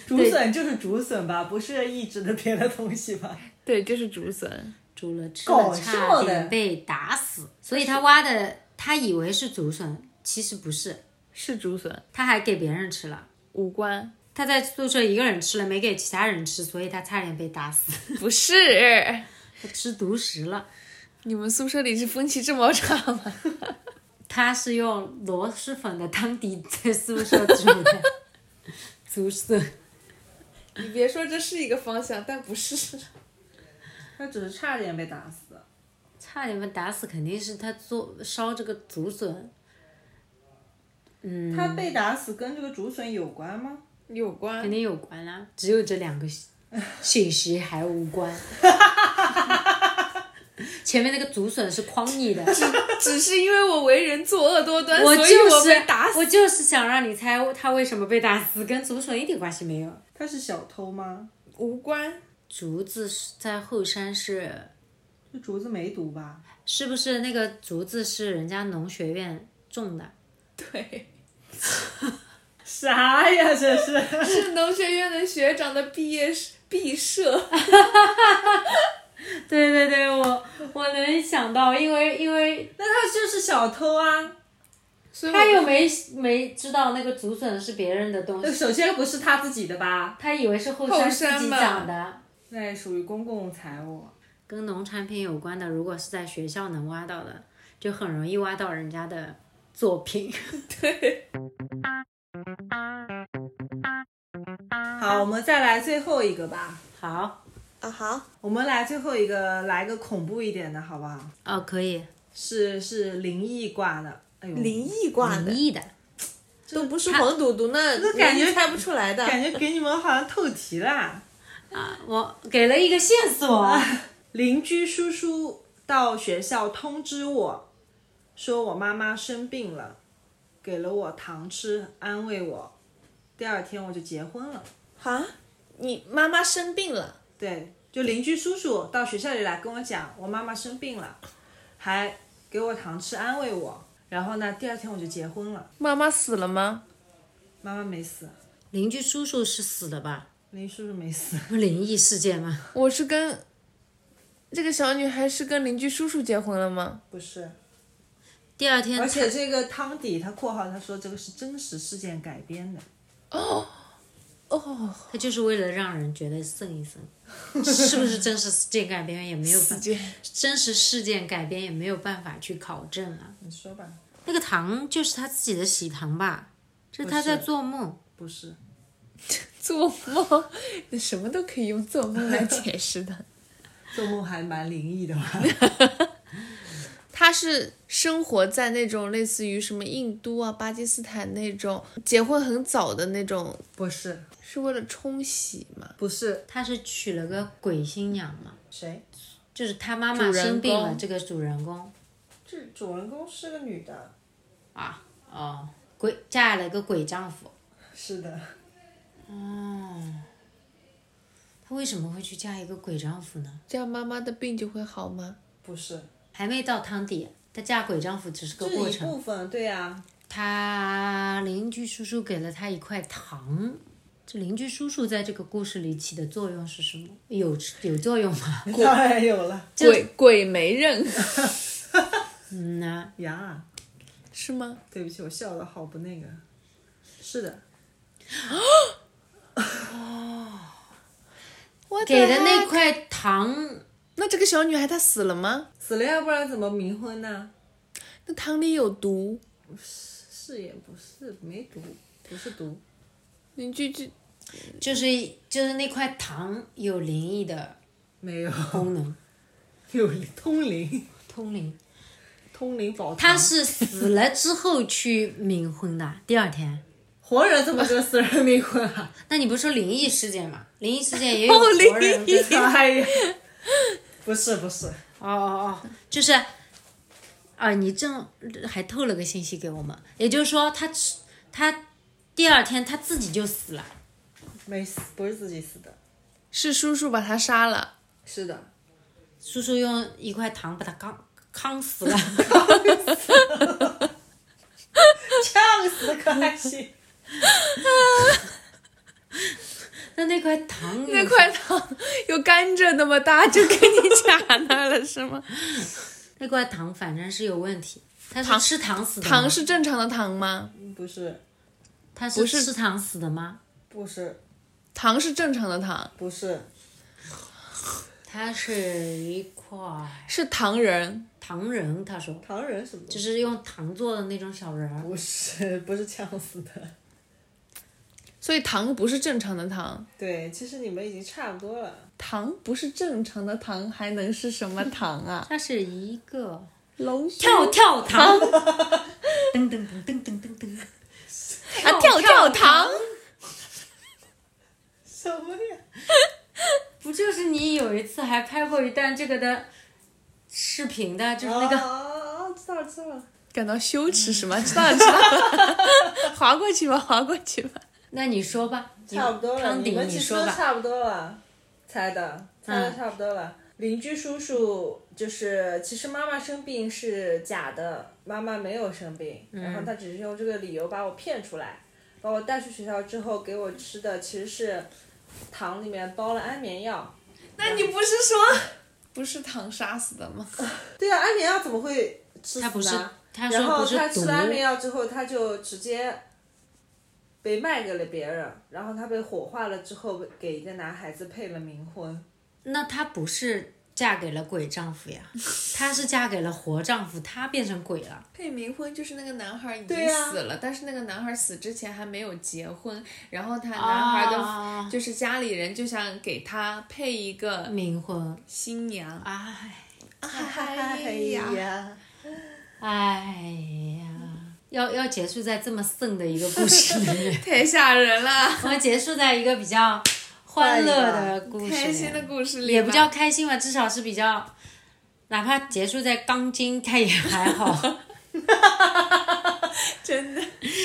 [SPEAKER 3] 竹笋就是竹笋吧，不是意指的别的东西 吧？
[SPEAKER 1] 对，就是竹笋。
[SPEAKER 4] 煮了吃
[SPEAKER 3] 搞
[SPEAKER 4] 了，
[SPEAKER 3] 笑
[SPEAKER 4] 差
[SPEAKER 3] 的
[SPEAKER 4] 点被打死。所以他挖的，他以为是竹笋，其实不是，
[SPEAKER 1] 是竹笋，
[SPEAKER 4] 他还给别人吃了。
[SPEAKER 1] 无关，
[SPEAKER 4] 他在宿舍一个人吃了，没给其他人吃，所以他差点被打死。
[SPEAKER 1] 不是。
[SPEAKER 4] 他 吃独食了，
[SPEAKER 1] 你们宿舍里是风气这么差吗？
[SPEAKER 4] 他是用螺蛳粉的汤底在宿舍煮 的竹笋。
[SPEAKER 1] 你别说这是一个方向，但不是。
[SPEAKER 3] 他只是差点被打死。
[SPEAKER 4] 差点被打死，肯定是他做烧这个竹笋。
[SPEAKER 3] 他被打死跟这个竹笋有关吗？
[SPEAKER 1] 有关
[SPEAKER 4] 肯，定有关啊啦、只有这两个信信息还无 关。前面那个竹笋是诓你 的，
[SPEAKER 1] 只是因为我为人作恶多端，
[SPEAKER 4] 我
[SPEAKER 1] 所
[SPEAKER 4] 就
[SPEAKER 1] 以我
[SPEAKER 4] 是
[SPEAKER 1] 被打死。
[SPEAKER 4] 我就是想让你猜他为什么被打死，跟竹笋一点关系没有。
[SPEAKER 3] 他是小偷吗？
[SPEAKER 1] 无关，
[SPEAKER 4] 竹子是在后山是
[SPEAKER 3] 这竹子没毒吧？
[SPEAKER 4] 是不是那个竹子是人家农学院种的？
[SPEAKER 1] 对，
[SPEAKER 3] 啥呀，这 是
[SPEAKER 1] 是农学院的学长的毕业毕设。
[SPEAKER 4] 对对对，我我能想到，因为因为
[SPEAKER 3] 那他就是小偷啊！
[SPEAKER 1] 所以我
[SPEAKER 4] 他又没没知道那个竹笋是别人的东 西，
[SPEAKER 3] 首先不是他自己的吧？
[SPEAKER 4] 他以为是后
[SPEAKER 1] 后
[SPEAKER 4] 山
[SPEAKER 1] 山
[SPEAKER 4] 自己
[SPEAKER 1] 吧
[SPEAKER 4] 长的。
[SPEAKER 3] 那也属于公共财物。
[SPEAKER 4] 跟农产品有关的，如果是在学校能挖到的，就很容易挖到人家的作品。
[SPEAKER 3] 好，我们再来最后一个吧。
[SPEAKER 4] 好，
[SPEAKER 5] 啊好，
[SPEAKER 3] 我们来最后一个，来个恐怖一点的好不好？
[SPEAKER 4] 哦，可以，
[SPEAKER 3] 是是灵异挂的。哎呦，
[SPEAKER 5] 灵异挂的
[SPEAKER 4] 灵异的，
[SPEAKER 5] 都不是黄赌毒，那那
[SPEAKER 3] 感觉
[SPEAKER 5] 猜不出来的。
[SPEAKER 3] 感觉给你们好像透题啦。
[SPEAKER 4] 啊我给了一个线 索，
[SPEAKER 3] 邻居叔叔到学校通知我，说我妈妈生病了，给了我糖吃安慰我。第二天我就结婚了。
[SPEAKER 5] 啊，你妈妈生病了，
[SPEAKER 3] 对，就邻居叔叔到学校里来跟我讲，我妈妈生病了，还给我糖吃安慰我。然后呢，第二天我就结婚了。
[SPEAKER 1] 妈妈死了吗？
[SPEAKER 3] 妈妈没死，
[SPEAKER 4] 邻居叔叔是死了吧？
[SPEAKER 3] 邻居叔叔没死。
[SPEAKER 4] 不是灵异事件吗？
[SPEAKER 1] 我是跟这个小女孩是跟邻居叔叔结婚了吗？
[SPEAKER 3] 不是，
[SPEAKER 4] 第二天
[SPEAKER 3] 而，且这个汤底，他括号他说这个是真实事件改编的。
[SPEAKER 1] 哦，
[SPEAKER 4] 他就是为了让人觉得瘆一瘆， 是不是真实事件改编也没有办，真实事件改编也没有办法去考证啊。
[SPEAKER 3] 你说吧，
[SPEAKER 4] 那个糖就是他自己的喜糖吧？这是他在做梦。
[SPEAKER 3] 不是，
[SPEAKER 1] 做梦，你什么都可以用做梦来解释的。
[SPEAKER 3] 做梦还蛮灵异的吧？
[SPEAKER 1] 她是生活在那种类似于什么印度啊、巴基斯坦那种结婚很早的那种，
[SPEAKER 3] 不是，
[SPEAKER 1] 是为了冲洗嘛？
[SPEAKER 3] 不是
[SPEAKER 4] 他是娶了个鬼新娘嘛？
[SPEAKER 3] 谁？
[SPEAKER 4] 就是他妈妈生病了，这个主人公
[SPEAKER 3] 这主人公是个女的。
[SPEAKER 4] 啊，哦，鬼嫁了个鬼丈夫，
[SPEAKER 3] 是的，
[SPEAKER 4] 她为什么会去嫁一个鬼丈夫呢？
[SPEAKER 1] 这样妈妈的病就会好吗？
[SPEAKER 3] 不是，
[SPEAKER 4] 还没到汤底，她嫁鬼丈夫只是个
[SPEAKER 3] 这
[SPEAKER 4] 过
[SPEAKER 3] 是一
[SPEAKER 4] 程。
[SPEAKER 3] 部分，对呀、
[SPEAKER 4] 她邻居叔叔给了她一块糖，这邻居叔叔在这个故事里起的作用是什么？有有作用吗？
[SPEAKER 3] 当然有了
[SPEAKER 1] 鬼鬼媒人
[SPEAKER 4] 嗯呐、
[SPEAKER 3] 呀。
[SPEAKER 1] 是吗？
[SPEAKER 3] 对不起，我笑的好不那个。是的，
[SPEAKER 1] What the
[SPEAKER 4] 给的
[SPEAKER 1] heck？
[SPEAKER 4] 那块糖，
[SPEAKER 1] 啊那这个小女孩她死了吗？
[SPEAKER 3] 死了要不然怎么冥婚呢？
[SPEAKER 1] 那汤里有毒，
[SPEAKER 3] 是也不是，没毒，不是毒。
[SPEAKER 1] 邻居就
[SPEAKER 4] 就是就是那块糖有灵异的
[SPEAKER 3] 没有，
[SPEAKER 4] 功能，
[SPEAKER 3] 有通灵，
[SPEAKER 4] 通灵。
[SPEAKER 3] 通灵宝
[SPEAKER 4] 他
[SPEAKER 3] 藏。
[SPEAKER 4] 是死了之后去冥婚的，第二天。
[SPEAKER 3] 活人怎么就死人冥婚啊？
[SPEAKER 4] 那你不是说灵异事件吗？哦灵异事件也有
[SPEAKER 1] 哦
[SPEAKER 4] 活人跟
[SPEAKER 3] 哎呀， 不是不是，
[SPEAKER 4] 哦哦哦，就是啊，你正还透了个信息给我们，也就是说他吃他第二天他自己就死了，
[SPEAKER 3] 没死，不是自己死的。
[SPEAKER 1] 是叔叔把他杀了。
[SPEAKER 3] 是的，
[SPEAKER 4] 叔叔用一块糖把他康康死了。
[SPEAKER 3] 呛死的可还行。
[SPEAKER 4] 那那块糖有
[SPEAKER 1] 那块糖有甘蔗那么大，就给你夹那了是吗？
[SPEAKER 4] 那块糖反正是有问题，他是
[SPEAKER 1] 糖
[SPEAKER 4] 吃糖死 的吗
[SPEAKER 1] 糖是正常的糖吗？
[SPEAKER 3] 不是
[SPEAKER 4] 他
[SPEAKER 1] 不
[SPEAKER 4] 是
[SPEAKER 1] 是
[SPEAKER 4] 吃糖死的吗？
[SPEAKER 3] 不是
[SPEAKER 1] 糖是正常的糖，
[SPEAKER 3] 不是，
[SPEAKER 4] 他是一块
[SPEAKER 1] 是糖人。
[SPEAKER 4] 糖人，他说
[SPEAKER 3] 唐人什么？
[SPEAKER 4] 就是用糖做的那种小人儿。
[SPEAKER 3] 不是不是呛死的。
[SPEAKER 1] 所以糖不是正常的糖，
[SPEAKER 3] 对，其实你们已经差不多了。
[SPEAKER 1] 糖不是正常的糖，还能是什么糖啊？
[SPEAKER 4] 它是一个
[SPEAKER 1] 龙
[SPEAKER 4] 跳跳糖，噔噔噔噔噔噔噔，
[SPEAKER 1] 啊，跳跳糖，
[SPEAKER 3] 什么呀？
[SPEAKER 4] 不就是你有一次还拍过一段这个的视频的，就是那个、
[SPEAKER 3] 啊，知道了知道了。
[SPEAKER 1] 感到羞耻是吗？知道了知道 了，划过去吧，划过去吧。
[SPEAKER 4] 那你说吧，你
[SPEAKER 3] 差不多了，
[SPEAKER 4] 康
[SPEAKER 3] 你
[SPEAKER 4] 鼎，
[SPEAKER 3] 们
[SPEAKER 4] 你
[SPEAKER 3] 其实都
[SPEAKER 4] 说吧，嗯
[SPEAKER 3] 差不多了，猜的，猜的差不多了。邻居叔叔就是，其实妈妈生病是假的，妈妈没有生病，然后
[SPEAKER 4] 嗯
[SPEAKER 3] 他只是用这个理由把我骗出来，把我带去学校之后给我吃的其实是糖里面包了安眠药。
[SPEAKER 1] 那你不是说不是糖杀死的吗？
[SPEAKER 3] 对啊，安眠药怎么会吃死呢？
[SPEAKER 4] 他不是，他
[SPEAKER 3] 然
[SPEAKER 4] 说
[SPEAKER 3] 后
[SPEAKER 4] 不是
[SPEAKER 3] 哦他吃
[SPEAKER 4] 毒
[SPEAKER 3] 了，安眠药之后，他就直接被卖给了别人，然后他被火化了之后，给一个男孩子配了冥婚。
[SPEAKER 4] 那她不是嫁给了鬼丈夫呀，她是嫁给了活丈夫，她变成鬼了。
[SPEAKER 1] 配冥婚就是那个男孩已
[SPEAKER 3] 对
[SPEAKER 1] 经
[SPEAKER 3] 呀
[SPEAKER 1] 死了，但是那个男孩死之前还没有结婚，然后他男孩的、
[SPEAKER 4] 啊
[SPEAKER 1] 就是家里人就想给他配一个
[SPEAKER 4] 冥婚，
[SPEAKER 1] 新娘。
[SPEAKER 4] 哎
[SPEAKER 1] 哎
[SPEAKER 3] 呀，
[SPEAKER 4] 哎呀，要要结束在这么丧的一个故事里 面。
[SPEAKER 1] 太吓人了，
[SPEAKER 4] 我们结束在一个比较欢乐的故事里，
[SPEAKER 1] 开心的故事里吧
[SPEAKER 4] 也不叫开心吧，至少是比较，哪怕结束在钢筋，它也还 好。
[SPEAKER 1] 真的。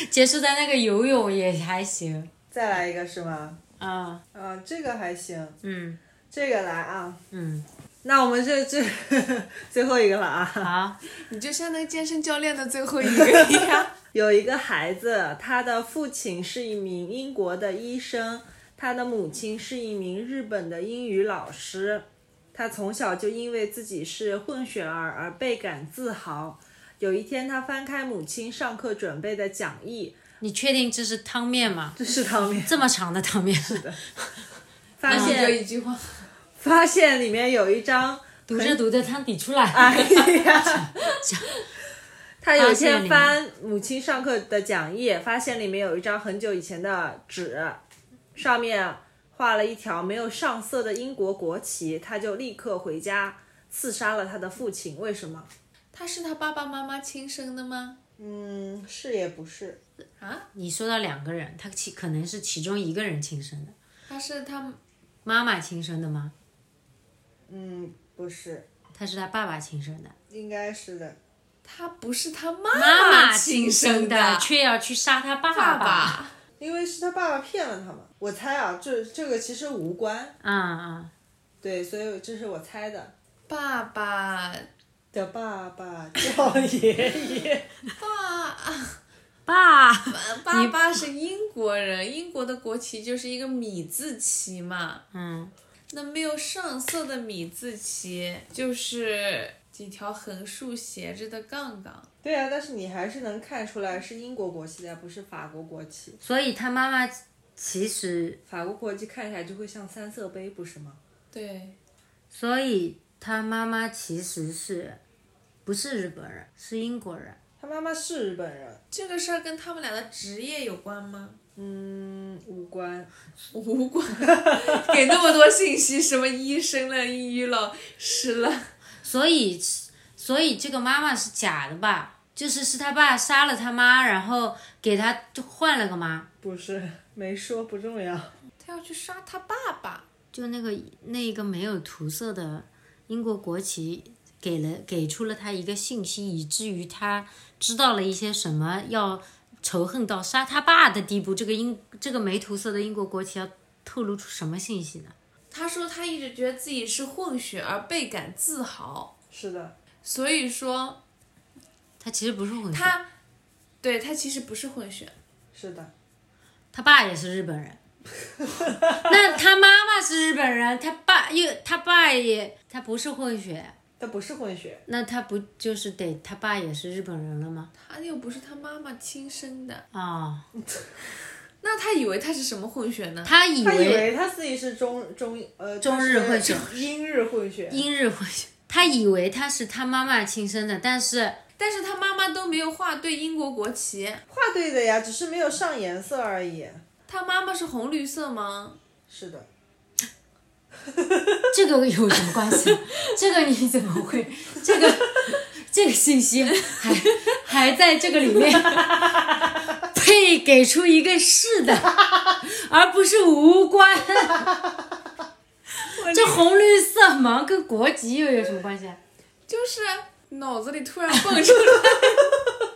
[SPEAKER 4] 结束在那个游泳也还行
[SPEAKER 3] 再来一个是吗？
[SPEAKER 4] 啊，
[SPEAKER 3] 啊，这个还行，
[SPEAKER 4] 嗯
[SPEAKER 3] 这个来啊。
[SPEAKER 4] 嗯，
[SPEAKER 3] 那我们这这 最后一个了啊。
[SPEAKER 4] 好，
[SPEAKER 1] 你就像那个健身教练的最后一个一 样，
[SPEAKER 3] 有一个孩子，他的父亲是一名英国的医生，他的母亲是一名日本的英语老师。他从小就因为自己是混血儿而倍感自豪。有一天，他翻开母亲上课准备的讲义，
[SPEAKER 4] 你确定这是汤面吗？
[SPEAKER 3] 这是汤面，
[SPEAKER 4] 这么长的汤面，
[SPEAKER 3] 发
[SPEAKER 1] 嗯就
[SPEAKER 3] 现
[SPEAKER 1] 啊一句话，
[SPEAKER 3] 发现里面有一张
[SPEAKER 4] 读着读着汤底 出来，
[SPEAKER 3] 哎呀，他有一天翻母亲上课的讲义，发现里面有一张很久以前的纸，上面画了一条没有上色的英国国旗，他就立刻回家刺杀了他的父亲。为什么？
[SPEAKER 1] 他是他爸爸妈妈亲生的吗？
[SPEAKER 3] 嗯，是也不是。
[SPEAKER 4] 你说到两个人，他其可能是其中一个人亲生的，
[SPEAKER 1] 他是他
[SPEAKER 4] 妈妈亲生的吗？
[SPEAKER 3] 嗯，不是，
[SPEAKER 4] 他是他爸爸亲生的，
[SPEAKER 3] 应该是的。
[SPEAKER 1] 他不是他妈
[SPEAKER 4] 妈
[SPEAKER 1] 妈
[SPEAKER 4] 亲
[SPEAKER 1] 生
[SPEAKER 4] 生的却要去杀他爸
[SPEAKER 1] 爸
[SPEAKER 4] 爸。
[SPEAKER 1] 爸。
[SPEAKER 3] 因为是他爸爸骗了他嘛，我猜啊，这这个其实无关，
[SPEAKER 4] 啊啊！
[SPEAKER 3] 对，所以这是我猜的。
[SPEAKER 1] 爸爸
[SPEAKER 3] 的爸爸叫爷爷，
[SPEAKER 1] 爸
[SPEAKER 4] 爸，
[SPEAKER 1] 爸爸是英国人，英国的国旗就是一个米字旗嘛。
[SPEAKER 4] 嗯，
[SPEAKER 1] 那没有上色的米字旗就是几条横竖斜着的杠杠。
[SPEAKER 3] 对啊，但是你还是能看出来是英国国旗的，不是法国国旗。
[SPEAKER 4] 所以他妈妈其实，
[SPEAKER 3] 法国国旗看起来就会像三色杯，不是吗？
[SPEAKER 1] 对，
[SPEAKER 4] 所以他妈妈其实是不是日本人，是英国人。
[SPEAKER 3] 他妈妈是日本人，
[SPEAKER 1] 这个事儿跟他们俩的职业有关吗？
[SPEAKER 3] 嗯，无关。
[SPEAKER 1] 无关， 给那么多信息，什么医生了、英语老师了，
[SPEAKER 4] 所以，所以这个妈妈是假的吧？就是是他爸杀了他妈，然后给他就换了个妈，
[SPEAKER 3] 不是没说不重要，
[SPEAKER 1] 他要去杀他爸爸，
[SPEAKER 4] 就那个那个没有涂色的英国国旗给了给出了他一个信息，以至于他知道了一些什么，要仇恨到杀他爸的地步。这个英这个没涂色的英国国旗要透露出什么信息呢？
[SPEAKER 1] 他说他一直觉得自己是混血而倍感自豪，
[SPEAKER 3] 是的，
[SPEAKER 1] 所以说
[SPEAKER 4] 他其实不是混血，
[SPEAKER 1] 他对他其实不是混血，
[SPEAKER 3] 是的，
[SPEAKER 4] 他爸也是日本人。那他妈妈是日本人，他爸又他爸也他不是混血，
[SPEAKER 3] 但不是混血，
[SPEAKER 4] 那他不就是得他爸也是日本人了吗？
[SPEAKER 1] 他又不是他妈妈亲生的，
[SPEAKER 4] 啊、
[SPEAKER 1] 那他以为他是什么混血呢？
[SPEAKER 4] 他以
[SPEAKER 3] 他以
[SPEAKER 4] 为
[SPEAKER 3] 为他自己是中中呃
[SPEAKER 4] 中日混血，
[SPEAKER 3] 他是英日混血，
[SPEAKER 4] 英日混血，他以为他是他妈妈亲生的，但是
[SPEAKER 1] 但是他妈妈都没有画对英国国旗，
[SPEAKER 3] 画对的呀，只是没有上颜色而已。
[SPEAKER 1] 他妈妈是红绿色吗？
[SPEAKER 3] 是的，
[SPEAKER 4] 这个有什么 关系？这个你怎么会？这个这个信息还还在这个里 面，配给出一个是的，而不是 无关。这红绿色盲跟国籍又有什么关系啊？
[SPEAKER 1] 就是脑子里突然蹦出来。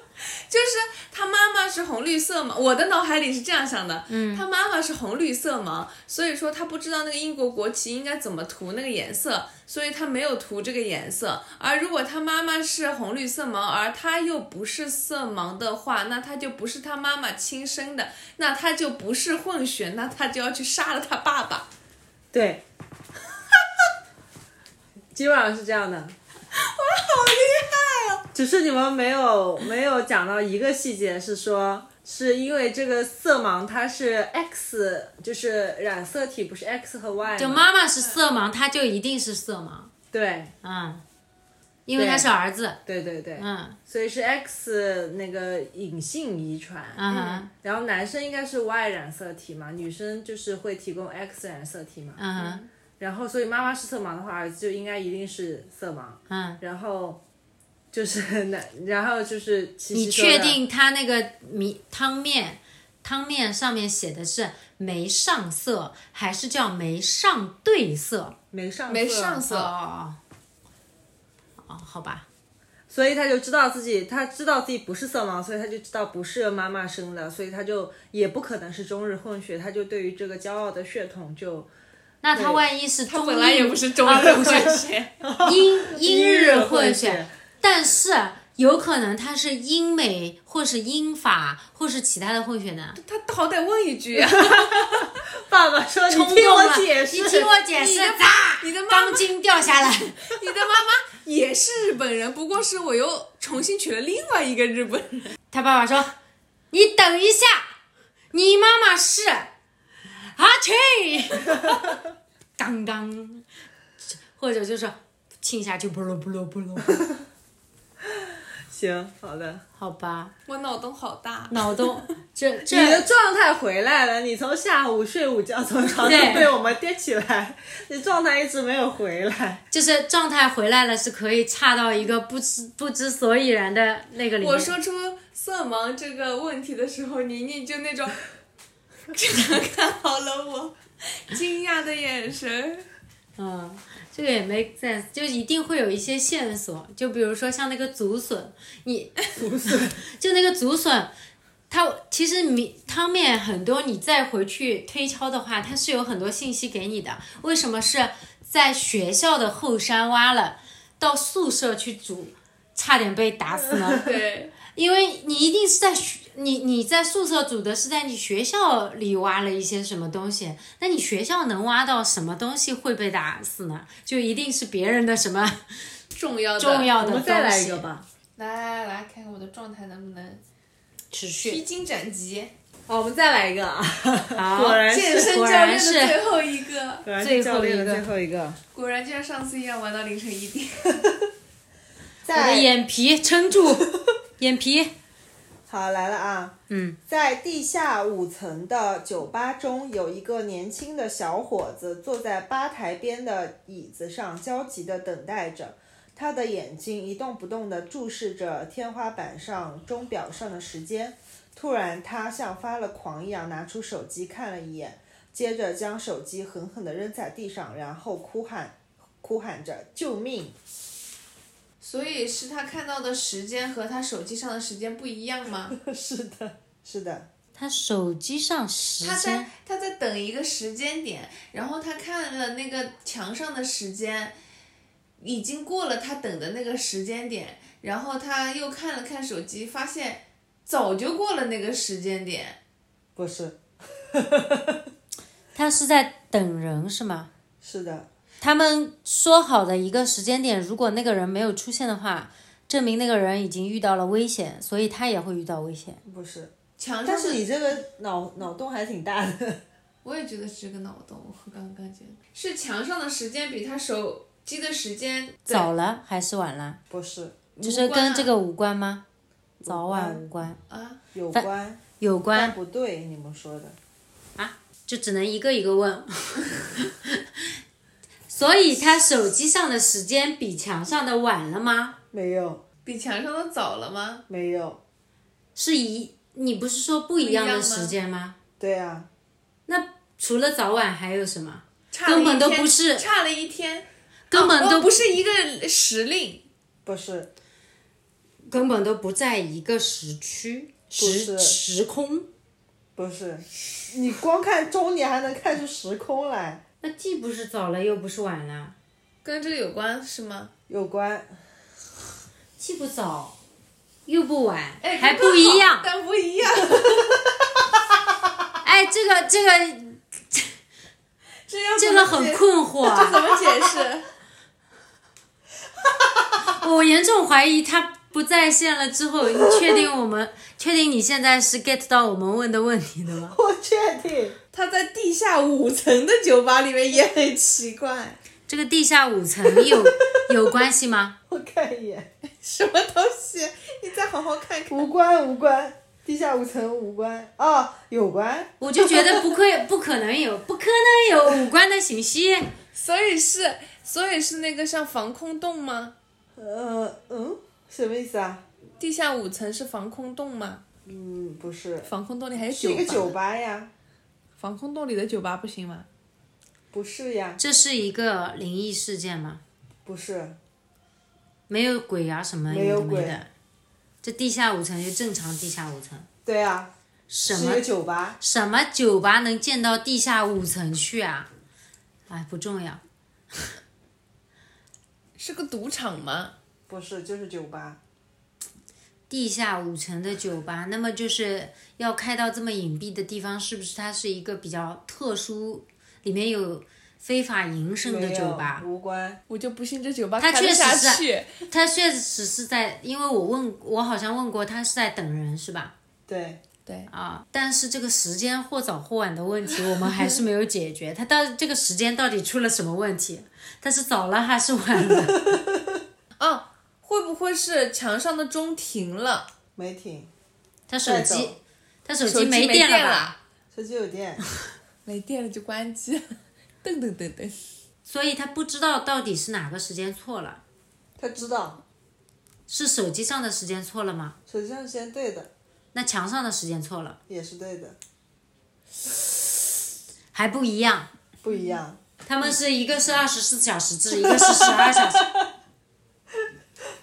[SPEAKER 1] 就是他妈妈是红绿色盲，我的脑海里是这样想的，嗯，他妈妈是红绿色盲，所以说他不知道那个英国国旗应该怎么涂那个颜色，所以他没有涂这个颜色。而如果他妈妈是红绿色盲，而他又不是色盲的话，那他就不是他妈妈亲生的，那他就不是混血，那他就要去杀了他爸爸。
[SPEAKER 3] 对， 基本上是这样的。我好厉
[SPEAKER 4] 啊
[SPEAKER 3] 害哦！只是你们没有没有讲到一个细节，是说是因为这个色盲它是 X，就是染色体不是 X 和 Y
[SPEAKER 4] 就
[SPEAKER 3] 吗
[SPEAKER 4] 妈妈是色盲，他就一定是色盲，
[SPEAKER 3] 对
[SPEAKER 4] 嗯，因为他是儿子，
[SPEAKER 3] 对对对，
[SPEAKER 4] 嗯
[SPEAKER 3] 所以是 X 那个隐性遗传。
[SPEAKER 4] 嗯哼
[SPEAKER 3] 然后男生应该是 Y 染色体嘛，女生就是会提供 X 染色体嘛。
[SPEAKER 4] 嗯哼
[SPEAKER 3] 然哦后，所以妈妈是色盲的话，儿子就应该一定是色盲。
[SPEAKER 4] 嗯。
[SPEAKER 3] 然后就是那，然后就是琪琪
[SPEAKER 4] 你
[SPEAKER 3] 说的
[SPEAKER 4] 确定他那个米汤面，汤面上面写的是没上色，还是叫没上对色？
[SPEAKER 3] 没上
[SPEAKER 1] 没上
[SPEAKER 3] 色，
[SPEAKER 1] 色
[SPEAKER 4] 哦哦哦，好吧，
[SPEAKER 3] 所以他就知道自己，他知道自己不是色盲，所以他就知道不是妈妈生的，所以他就也不可能是中日混血，他就对于这个骄傲的血统就
[SPEAKER 4] 那他万一是中
[SPEAKER 1] 本来也
[SPEAKER 4] 英
[SPEAKER 1] 不是中日混血，
[SPEAKER 4] 英英日混
[SPEAKER 3] 血
[SPEAKER 4] 血，，但是有可能他是英美或是英法或是其他的混血呢？
[SPEAKER 1] 他好歹问一句啊。
[SPEAKER 3] 爸爸说你
[SPEAKER 4] 冲
[SPEAKER 3] 听
[SPEAKER 4] 动
[SPEAKER 3] 我
[SPEAKER 4] 了，
[SPEAKER 3] 解
[SPEAKER 4] 你
[SPEAKER 3] 释，
[SPEAKER 4] 听我解释，
[SPEAKER 1] 你哎的
[SPEAKER 4] 砸，
[SPEAKER 1] 你的妈妈
[SPEAKER 4] 钢筋掉下来。
[SPEAKER 1] 你的妈妈也是日本人，不过是我又重新娶了另外一个日本人。
[SPEAKER 4] 他爸爸说：“你等一下，你妈妈是阿去， 刚刚，或者就是亲下去，不噜不噜不噜，
[SPEAKER 3] 行，好的，
[SPEAKER 4] 好吧，
[SPEAKER 1] 我脑洞好大，
[SPEAKER 4] 脑洞这
[SPEAKER 3] 你的
[SPEAKER 4] 这
[SPEAKER 3] 状态回来了，你从下午睡午觉，从床上
[SPEAKER 4] 对
[SPEAKER 3] 被我们颠起来，你状态一直没有回来，
[SPEAKER 4] 就是状态回来了，是可以差到一个不知不知所以然的那个里面。
[SPEAKER 1] 我说出色盲这个问题的时候，宁宁就 那种这样看好了我，惊讶的眼 神。
[SPEAKER 4] 嗯，这个也 make sense，就一定会有一些线索，就比如说像那个竹笋，你竹笋， 就那个竹笋，它其实米汤面很多，你再回去推敲的话，它是有很多信息给你的。为什么是在学校的后山挖了，到宿舍去煮，差点被打死呢？
[SPEAKER 1] 对，
[SPEAKER 4] 因为你一定是在学，你你在宿舍煮的是在你学校里挖了一些什么东西，那你学校能挖到什么东西会被打死呢？就一定是别人的什么
[SPEAKER 1] 重要的
[SPEAKER 4] 重要
[SPEAKER 3] 我
[SPEAKER 4] 的
[SPEAKER 3] 们
[SPEAKER 4] 东西。
[SPEAKER 3] 再来一个，吧。
[SPEAKER 1] 来来来，看看我的状态能不能
[SPEAKER 4] 持
[SPEAKER 1] 披
[SPEAKER 4] 续。
[SPEAKER 1] 荆斩棘，
[SPEAKER 3] 好，我们再来一个 啊！
[SPEAKER 4] 好
[SPEAKER 3] 果，然
[SPEAKER 1] 健
[SPEAKER 3] 是，
[SPEAKER 1] 身
[SPEAKER 4] 果
[SPEAKER 1] 教练
[SPEAKER 4] 然
[SPEAKER 1] 的
[SPEAKER 4] 是
[SPEAKER 1] 最后一个，
[SPEAKER 3] 果然
[SPEAKER 4] 最
[SPEAKER 3] 是
[SPEAKER 4] 后
[SPEAKER 3] 教练的
[SPEAKER 4] 一个
[SPEAKER 3] 最后一个。
[SPEAKER 1] 果然就像上次一样玩到凌晨一点。
[SPEAKER 4] 我的眼皮撑住，眼皮。
[SPEAKER 3] 好，来了啊！
[SPEAKER 4] 嗯，
[SPEAKER 3] 在地下五层的酒吧中，有一个年轻的小伙子坐在吧台边的椅子上，焦急地等待着。他的眼睛一动不动地注视着天花板上钟表上的时间。突然，他像发了狂一样拿出手机看了一眼，接着将手机狠狠地扔在地上，然后哭喊，哭喊着救命！
[SPEAKER 1] 所以是他看到的时间和他手机上的时间不一样吗？
[SPEAKER 6] 是的，
[SPEAKER 3] 是的，
[SPEAKER 4] 他手机上时
[SPEAKER 1] 他在
[SPEAKER 4] 间，
[SPEAKER 1] 他在等一个时间点，然后他看了那个墙上的时间，已经过了他等的那个时间点，然后他又看了看手机，发现早就过了那个时间点。
[SPEAKER 3] 不是，
[SPEAKER 4] 他是在等人是吗？
[SPEAKER 3] 是的，
[SPEAKER 4] 他们说好的一个时间点，如果那个人没有出现的话，证明那个人已经遇到了危险，所以他也会遇到危险。
[SPEAKER 3] 不是。
[SPEAKER 1] 墙上
[SPEAKER 3] 但
[SPEAKER 1] 的
[SPEAKER 3] 是你这个脑脑洞还挺大的。
[SPEAKER 1] 我也觉得是这个脑洞，我刚刚觉得是墙上的时间比他手机的时间对
[SPEAKER 4] 早了还是晚了？
[SPEAKER 3] 不是，
[SPEAKER 4] 就是
[SPEAKER 1] 无关
[SPEAKER 4] 跟
[SPEAKER 1] 啊
[SPEAKER 4] 这个无关吗？早晚无关，
[SPEAKER 1] 啊，
[SPEAKER 3] 有关，
[SPEAKER 4] 有
[SPEAKER 3] 但
[SPEAKER 4] 关
[SPEAKER 3] 不对，你们说的。
[SPEAKER 4] 就只能一个一个问。 所以他手机上的时间比墙上的晚了吗？
[SPEAKER 3] 没有，
[SPEAKER 1] 比墙上的早了吗？
[SPEAKER 3] 没有，
[SPEAKER 4] 是一，你不是说不一样的时间吗？
[SPEAKER 3] 对啊，
[SPEAKER 4] 那除了早晚还有什么？
[SPEAKER 1] 差了一
[SPEAKER 4] 根本都
[SPEAKER 1] 天
[SPEAKER 4] 不是
[SPEAKER 1] 差了一天，
[SPEAKER 4] 根本都
[SPEAKER 1] 哦不是一个时令。
[SPEAKER 3] 不是，
[SPEAKER 4] 根本都不在一个时区、
[SPEAKER 3] 是
[SPEAKER 4] 时时空，
[SPEAKER 3] 不是，你光看钟，你还能看出时空来，
[SPEAKER 4] 那既不是早了又不是晚了，
[SPEAKER 1] 跟这个有关是吗？
[SPEAKER 3] 有关，
[SPEAKER 4] 既不早又不晚，
[SPEAKER 1] 哎，
[SPEAKER 4] 还
[SPEAKER 1] 刚
[SPEAKER 4] 不
[SPEAKER 1] 刚
[SPEAKER 4] 一
[SPEAKER 1] 好
[SPEAKER 4] 样。
[SPEAKER 1] 但不一样。
[SPEAKER 4] 哎，这个这个
[SPEAKER 1] 这要
[SPEAKER 4] 这
[SPEAKER 1] 怎
[SPEAKER 4] 个
[SPEAKER 1] 么
[SPEAKER 4] 很
[SPEAKER 1] 解
[SPEAKER 4] 困惑 啊，
[SPEAKER 1] 怎么解释？
[SPEAKER 4] 我严重怀疑他不在线了之后，你确定我们确定你现在是 get 到我们问的问题的吗？
[SPEAKER 3] 我确定，
[SPEAKER 7] 他在地下五层的酒吧里面也很奇怪，
[SPEAKER 4] 这个地下五层有有关系吗？
[SPEAKER 3] 我看一眼，
[SPEAKER 7] 什么东西？你再好好看看。
[SPEAKER 3] 无关无关，地下五层无关，哦，有关，
[SPEAKER 4] 我就觉得不会，不可能有，不可能有五官的信息。
[SPEAKER 1] 所以是，所以是那个像防空洞吗？
[SPEAKER 3] 呃，嗯，什么意思啊？
[SPEAKER 1] 地下五层是防空洞吗？
[SPEAKER 3] 嗯，不是，
[SPEAKER 1] 防空洞里还有
[SPEAKER 3] 是一个
[SPEAKER 1] 酒
[SPEAKER 3] 酒
[SPEAKER 1] 吧，
[SPEAKER 3] 吧呀，
[SPEAKER 1] 防空洞里的酒吧不行吗？
[SPEAKER 3] 不是呀，
[SPEAKER 4] 这是一个灵异事件吗？
[SPEAKER 3] 不是，
[SPEAKER 4] 没有鬼啊什么
[SPEAKER 3] 没有
[SPEAKER 4] 有的没
[SPEAKER 3] 鬼
[SPEAKER 4] 的，这地下五层就正常地下五层，
[SPEAKER 3] 对啊，
[SPEAKER 4] 什
[SPEAKER 3] 是一
[SPEAKER 4] 么
[SPEAKER 3] 个酒吧，
[SPEAKER 4] 什么酒吧能建到地下五层去啊？哎，不重要，
[SPEAKER 1] 是个赌场吗？
[SPEAKER 3] 不是，就是酒吧，
[SPEAKER 4] 地下五层的酒吧，那么就是要开到这么隐蔽的地方，是不是它是一个比较特殊，里面有非法营生的
[SPEAKER 3] 没
[SPEAKER 4] 酒
[SPEAKER 3] 有
[SPEAKER 4] 吧，？
[SPEAKER 3] 无关，
[SPEAKER 1] 我就不信这酒吧
[SPEAKER 4] 它
[SPEAKER 1] 开得
[SPEAKER 4] 确实
[SPEAKER 1] 下
[SPEAKER 4] 是
[SPEAKER 1] 去。
[SPEAKER 4] 它确实是在，因为我问，我好像问过，它是在等人是吧？
[SPEAKER 3] 对，
[SPEAKER 4] 啊，但是这个时间或早或晚的问题，我们还是没有解决。它到这个时间到底出了什么问题？它是早了还是晚了？
[SPEAKER 1] 哦，会不会是墙上的钟停了？
[SPEAKER 3] 没停，
[SPEAKER 4] 他手
[SPEAKER 3] 带
[SPEAKER 4] 机
[SPEAKER 3] 走，
[SPEAKER 4] 他手
[SPEAKER 1] 手机
[SPEAKER 4] 机没
[SPEAKER 1] 电
[SPEAKER 4] 了吧？
[SPEAKER 1] 了，
[SPEAKER 3] 手机有电，
[SPEAKER 1] 没电了就关机。噔噔噔噔，
[SPEAKER 4] 所以他不知道到底是哪个时间错了，
[SPEAKER 3] 他知道，
[SPEAKER 4] 是手机上的时间错了吗？
[SPEAKER 3] 手机上先对的，
[SPEAKER 4] 那墙上的时间错了，
[SPEAKER 3] 也是对的，
[SPEAKER 4] 还不一样。
[SPEAKER 3] 不一样。
[SPEAKER 4] 他们是一个是二十四小时制，一个是十二小时。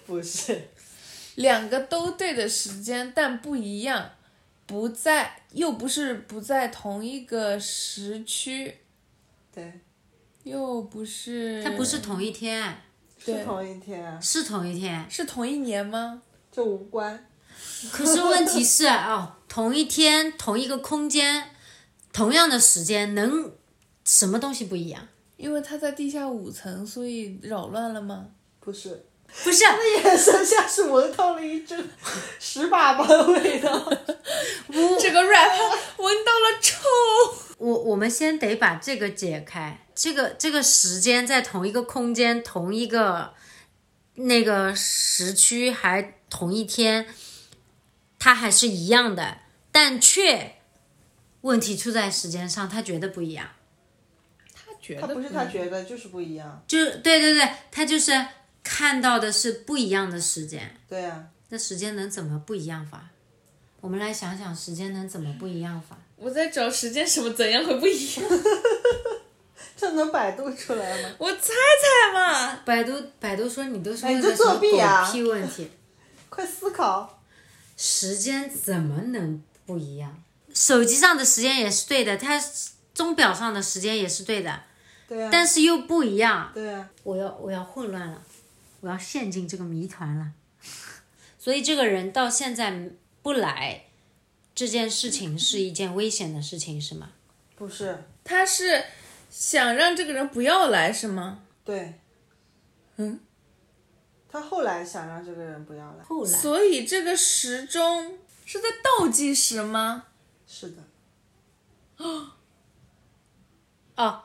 [SPEAKER 3] 不是，
[SPEAKER 1] 两个都对的时间，但不一样，不在，又不是不在同一个时区，
[SPEAKER 3] 对，
[SPEAKER 1] 又不是，
[SPEAKER 4] 它不是同一天，
[SPEAKER 3] 是同一天啊，
[SPEAKER 4] 是同一天。
[SPEAKER 1] 是同一年吗？
[SPEAKER 3] 这无关。
[SPEAKER 4] 可是问题是哦，同一天、同一个空间、同样的时间，能什么东西不一样？
[SPEAKER 1] 因为它在地下五层，所以扰乱了吗？
[SPEAKER 3] 不是，
[SPEAKER 4] 不是，
[SPEAKER 3] 眼神像是闻到了一阵屎粑粑的味道。
[SPEAKER 1] 这个 rap 闻到了臭。
[SPEAKER 4] 我我们先得把这个解开，这个这个时间在同一个空间、同一个那个时区，还同一天，它还是一样的，但却问题出在时间上，他觉得不一样。
[SPEAKER 1] 他觉
[SPEAKER 3] 他
[SPEAKER 1] 得
[SPEAKER 4] 嗯
[SPEAKER 3] 不是他觉得，就是不一样。
[SPEAKER 4] 就对对对，他就是看到的是不一样的时间。
[SPEAKER 3] 对啊，
[SPEAKER 4] 那时间能怎么不一样法？我们来想想时间能怎么不一样法？
[SPEAKER 1] 我在找时间什么怎样会不一样？
[SPEAKER 3] 这能百度出来吗？
[SPEAKER 1] 我猜猜嘛。
[SPEAKER 4] 百度百度说你都是
[SPEAKER 3] 哎
[SPEAKER 4] 问
[SPEAKER 3] 你这
[SPEAKER 4] 的什么
[SPEAKER 3] 作弊啊
[SPEAKER 4] 狗屁问题？
[SPEAKER 3] 快思考，
[SPEAKER 4] 时间怎么能不一样？手机上的时间也是对的，它钟表上的时间也是对的，
[SPEAKER 3] 对啊，
[SPEAKER 4] 但是又不一样。
[SPEAKER 3] 对啊，
[SPEAKER 4] 我要我要混乱了，我要陷进这个谜团了。 所以这个人到现在不来，这件事情是一件危险的事情，是吗？
[SPEAKER 3] 不是，
[SPEAKER 1] 他是想让这个人不要来是吗？
[SPEAKER 3] 对，嗯，
[SPEAKER 4] 嗯
[SPEAKER 3] 他后来想让这个人不要来，
[SPEAKER 4] 后来
[SPEAKER 1] 所以这个时钟是在倒计时吗？
[SPEAKER 3] 是的，
[SPEAKER 4] 哦，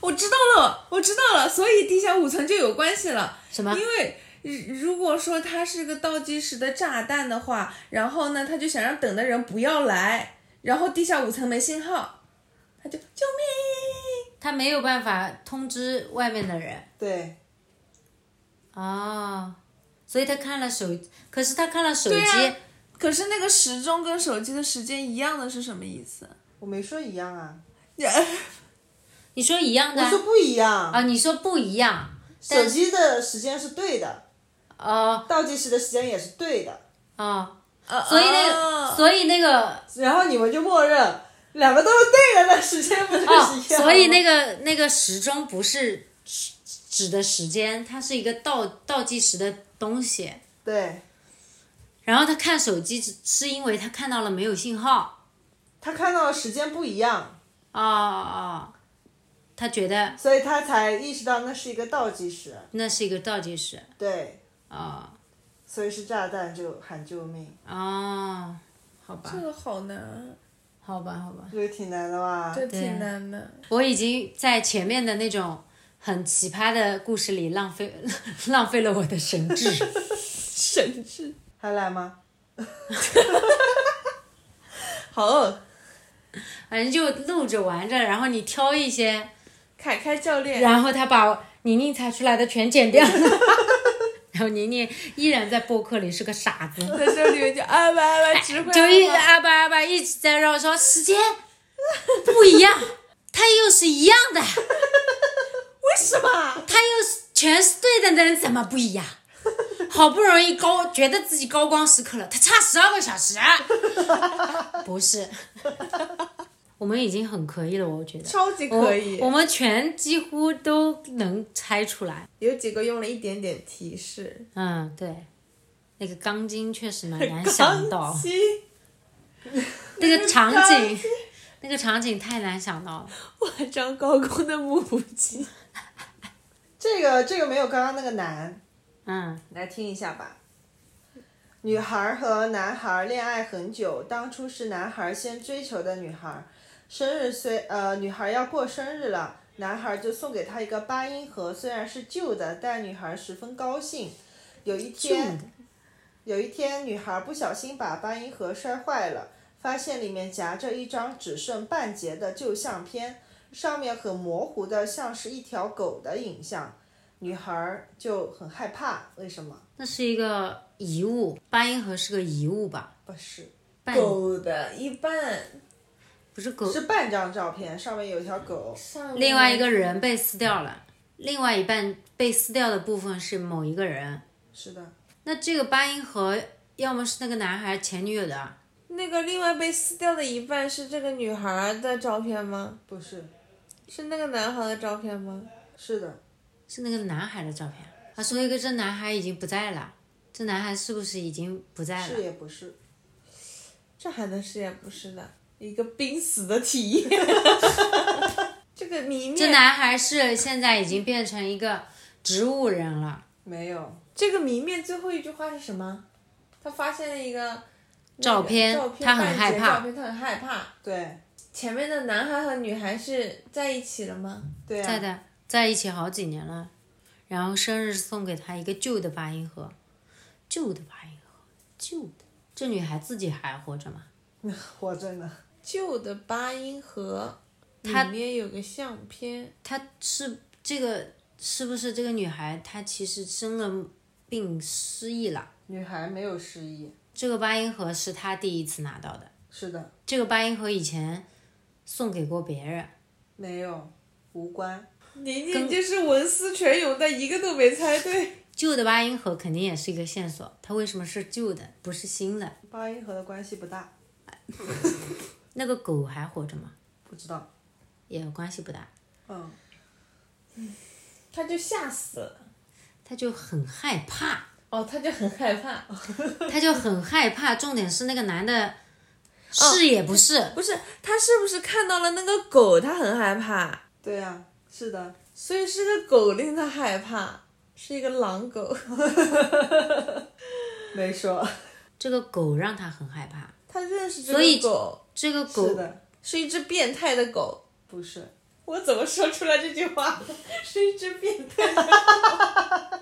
[SPEAKER 1] 我知道了，我知道了，所以地下五层就有关系了。
[SPEAKER 4] 什么
[SPEAKER 1] 因为如如果说它是个倒计时的炸弹的话，然后呢，他就想让等的人不要来，然后地下五层没信号，他就救命！
[SPEAKER 4] 他没有办法通知外面的人
[SPEAKER 3] 对，
[SPEAKER 4] 哦，所以他看了手，可是他看了手机，
[SPEAKER 1] 对啊可是那个时钟跟手机的时间一样的是什么意 思？
[SPEAKER 3] 我没说一样啊，
[SPEAKER 4] 你说一样的
[SPEAKER 3] 我
[SPEAKER 4] 啊
[SPEAKER 3] 说不一样，
[SPEAKER 4] 啊你说不一样
[SPEAKER 3] 手机的时间是对的，
[SPEAKER 4] 哦
[SPEAKER 3] 倒计时的时间也是对的，
[SPEAKER 4] 哦，
[SPEAKER 1] 呃
[SPEAKER 4] 所以那个、
[SPEAKER 1] 哦
[SPEAKER 4] 所以那个
[SPEAKER 3] 然后你们就默认两个都是对的，那时间不就是一样
[SPEAKER 4] 哦，
[SPEAKER 3] 吗？
[SPEAKER 4] 所以那个那个时钟不是指指的时间，它是一个倒倒计时的东西。
[SPEAKER 3] 对
[SPEAKER 4] 然后他看手机只是因为他看到了没有信号，
[SPEAKER 3] 他看到的时间不一样，
[SPEAKER 4] 哦哦，他觉得
[SPEAKER 3] 所以他才意识到那是一个倒计时，
[SPEAKER 4] 那是一个倒计时，
[SPEAKER 3] 对，
[SPEAKER 4] 哦
[SPEAKER 3] 所以是炸弹就喊救命，
[SPEAKER 4] 哦，好吧
[SPEAKER 1] 这，个好难啊，
[SPEAKER 4] 好吧，好吧，
[SPEAKER 3] 这个挺难的吧？
[SPEAKER 1] 这挺难的。
[SPEAKER 4] 我已经在前面的那种很奇葩的故事里浪费 浪费了我的神智。
[SPEAKER 1] 神智，
[SPEAKER 3] 还来吗？
[SPEAKER 1] 好饿。
[SPEAKER 4] 反正就录着玩着，然后你挑一些，
[SPEAKER 1] 凯凯教练，
[SPEAKER 4] 然后他把宁宁查出来的全剪掉了， 然后宁宁依然在播客里是个傻子，
[SPEAKER 1] 在这里就啊吧
[SPEAKER 4] 哎
[SPEAKER 1] 啊吧指挥，
[SPEAKER 4] 就一直阿巴阿巴一直在绕说时间不一样，它又是一样的，为什么？它又是全是对的，能怎么不一样？好不容易高觉得自己高光时刻了，他差十二个小时，啊 不是， 我们已经很可以了，我觉得。
[SPEAKER 1] 超级可以。
[SPEAKER 4] 我我们全几乎都能猜出来。
[SPEAKER 1] 有几个用了一点点提示。
[SPEAKER 4] 嗯，对，那个钢筋确实蛮难想到，
[SPEAKER 1] 七，
[SPEAKER 4] 那个场景，那个场景太难想到了。
[SPEAKER 1] 万丈高空的母鸡。
[SPEAKER 3] 这个这个没有刚刚那个难，
[SPEAKER 4] 嗯，
[SPEAKER 3] 来听一下吧。女孩和男孩恋爱很久，当初是男孩先追求的女孩，生日虽呃女孩要过生日了，男孩就送给她一个八音盒，虽然是旧的，但女孩十分高兴。有一天，有一天女孩不小心把八音盒摔坏了，发现里面夹着一张只剩半截的旧相片，上面很模糊的像是一条狗的影像。女孩儿就很害怕，为什么？
[SPEAKER 4] 那是一个遗物，八音盒是个遗物吧？
[SPEAKER 3] 不是，
[SPEAKER 4] 半
[SPEAKER 1] 嗯狗的一半，
[SPEAKER 4] 不是狗，
[SPEAKER 3] 是半张照片，上面有一条狗。
[SPEAKER 4] 另外一个人被撕掉了，另外一半被撕掉的部分是某一个人。
[SPEAKER 3] 是的，
[SPEAKER 4] 那这个八音盒要么是那个男孩前女友的，
[SPEAKER 1] 那个另外被撕掉的一半是这个女孩的照片吗？
[SPEAKER 3] 不是，
[SPEAKER 1] 是那个男孩的照片吗？
[SPEAKER 3] 是的，
[SPEAKER 4] 是那个男孩的照片啊，所以个这男孩已经不在了，这男孩是不是已经不在了
[SPEAKER 3] 是？也不是，
[SPEAKER 1] 这还能是也不是的，一个濒死的体验。 这个谜
[SPEAKER 4] 这
[SPEAKER 1] 面，
[SPEAKER 4] 男孩是现在已经变成一个植物人了，
[SPEAKER 3] 没有，
[SPEAKER 1] 这个谜面最后一句话是什么？他发现了一个那个
[SPEAKER 4] 照片
[SPEAKER 1] 照片
[SPEAKER 4] 他很
[SPEAKER 1] 半
[SPEAKER 4] 害
[SPEAKER 1] 截
[SPEAKER 4] 怕
[SPEAKER 1] 照片他很害怕。
[SPEAKER 3] 对，
[SPEAKER 1] 前面的男孩和女孩是在一起了吗？
[SPEAKER 3] 对
[SPEAKER 4] 在
[SPEAKER 3] 啊，
[SPEAKER 4] 的，在一起好几年了，然后生日送给他一个旧的八音盒，旧的八音盒，旧的。这女孩自己还活着吗？
[SPEAKER 3] 活着呢。
[SPEAKER 1] 旧的八音盒
[SPEAKER 4] 他
[SPEAKER 1] 里面有个相片，
[SPEAKER 4] 她是这个是不是这个女孩她其实生了病失忆了？
[SPEAKER 3] 女孩没有失忆，
[SPEAKER 4] 这个八音盒是她第一次拿到的，
[SPEAKER 3] 是的，
[SPEAKER 4] 这个八音盒以前送给过别人，
[SPEAKER 3] 没有，无关。
[SPEAKER 8] 宁宁就是文思泉涌，但一个都没猜对。
[SPEAKER 4] 旧的八音盒肯定也是一个线索，它为什么是旧的，不是新的？
[SPEAKER 3] 八音盒的关系不大，
[SPEAKER 4] 那个狗还活着吗？
[SPEAKER 3] 不知道。
[SPEAKER 4] 也关系不大，
[SPEAKER 3] 嗯，
[SPEAKER 8] 他就吓死了。
[SPEAKER 4] 他就很 害怕，
[SPEAKER 8] 哦，他就很害怕。
[SPEAKER 4] 他就很害怕。重点是那个男的，是也不是，
[SPEAKER 8] 不是，他是不是看到了那个狗，他很害怕，
[SPEAKER 3] 对呀、是的，
[SPEAKER 8] 所以是个狗令他害怕，是一个狼狗。
[SPEAKER 3] 没说。
[SPEAKER 4] 这个狗让他很害怕。
[SPEAKER 8] 他认识这
[SPEAKER 4] 所以
[SPEAKER 8] 个狗，
[SPEAKER 4] 这个
[SPEAKER 3] 是
[SPEAKER 4] 狗
[SPEAKER 3] 的，
[SPEAKER 8] 是一只变态的狗。
[SPEAKER 3] 不是。
[SPEAKER 8] 我怎么说出来这句话？ 是一只变态的狗。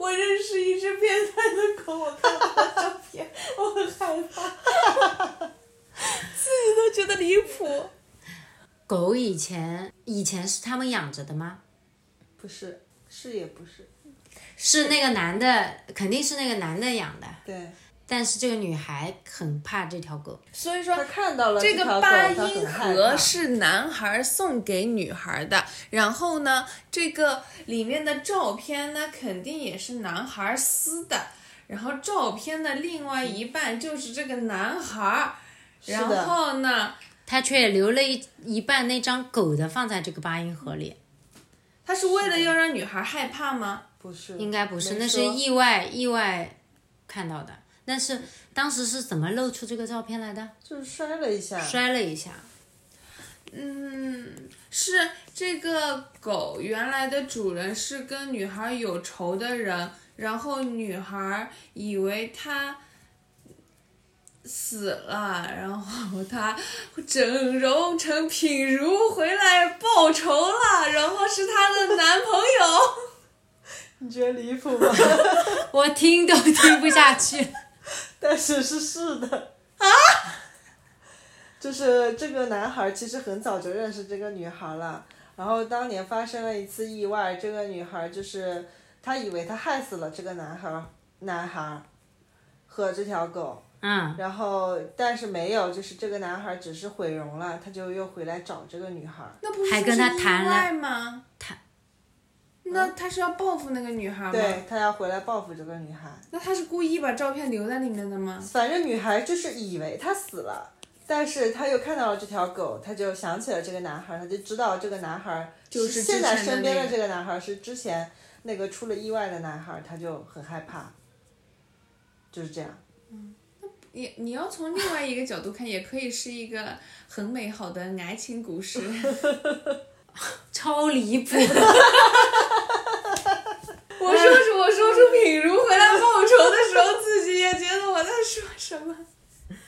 [SPEAKER 8] 我认识一只变态的狗，我看到它照片，我很害怕，自己都觉得离谱。
[SPEAKER 4] 狗以前以前是他们养着的吗？
[SPEAKER 3] 不是，是也不是，
[SPEAKER 4] 是那个男的，肯定是那个男的养的。
[SPEAKER 3] 对，
[SPEAKER 4] 但是这个女孩很怕这条狗，
[SPEAKER 8] 所以说
[SPEAKER 3] 他，看到了
[SPEAKER 1] 这
[SPEAKER 3] 条
[SPEAKER 1] 个
[SPEAKER 3] 狗
[SPEAKER 1] 八
[SPEAKER 3] 他很
[SPEAKER 1] 音
[SPEAKER 3] 害
[SPEAKER 1] 盒
[SPEAKER 3] 怕
[SPEAKER 1] 是男孩送给女孩的，然后呢，这个里面的照片呢，肯定也是男孩撕的，然后照片的另外一半就是这个男孩，然
[SPEAKER 3] 的
[SPEAKER 1] 后呢，
[SPEAKER 4] 她却留了一一半那张狗的放在这个八音盒里，
[SPEAKER 1] 他是为了要让女孩害怕吗？
[SPEAKER 3] 不是，
[SPEAKER 4] 应该不是，
[SPEAKER 3] 嗯没
[SPEAKER 4] 那是
[SPEAKER 3] 说
[SPEAKER 4] 意外意外看到的。但是当时是怎么露出这个照片来的？
[SPEAKER 3] 就是摔了一下，
[SPEAKER 4] 摔了一下，
[SPEAKER 1] 是这个狗原来的主人是跟女孩有仇的人，然后女孩以为他死了，然后他整容成品如回来报仇了，然后是她的男朋友。
[SPEAKER 3] 你觉得离谱吗？
[SPEAKER 4] 我听都听不下去。
[SPEAKER 3] 但是是是的啊， 就是这个男孩其实很早就认识这个女孩了，然后当年发生了一次意外，这个女孩就是她以为她害死了这个男孩，男孩和这条狗，
[SPEAKER 4] 嗯，
[SPEAKER 3] 然后但是没有，就是这个男孩只是毁容了，他就又回来找这个女孩。
[SPEAKER 1] 那不是
[SPEAKER 4] 还跟他
[SPEAKER 1] 就是
[SPEAKER 4] 谈了
[SPEAKER 1] 意外吗？
[SPEAKER 4] 谈，
[SPEAKER 1] 那他是要报复那个女孩吗？
[SPEAKER 3] 对他要回来报复这个女孩，
[SPEAKER 1] 那他是故意把照片留在里面的吗？
[SPEAKER 3] 反正女孩就是以为他死了，但是她又看到了这条狗，她就想起了这个男孩，她就知道这个男孩
[SPEAKER 1] 就是之
[SPEAKER 3] 现在
[SPEAKER 1] 前的那
[SPEAKER 3] 身边
[SPEAKER 1] 个
[SPEAKER 3] 的这个男孩是之前那个出了意外的男孩，她就很害怕，就是这样。
[SPEAKER 1] 也你要从另外一个角度看，也可以是一个很美好的爱情故 事。
[SPEAKER 4] 超离谱。
[SPEAKER 1] 我说出我说出品如回来报仇的时候，自己也觉得我在说什么，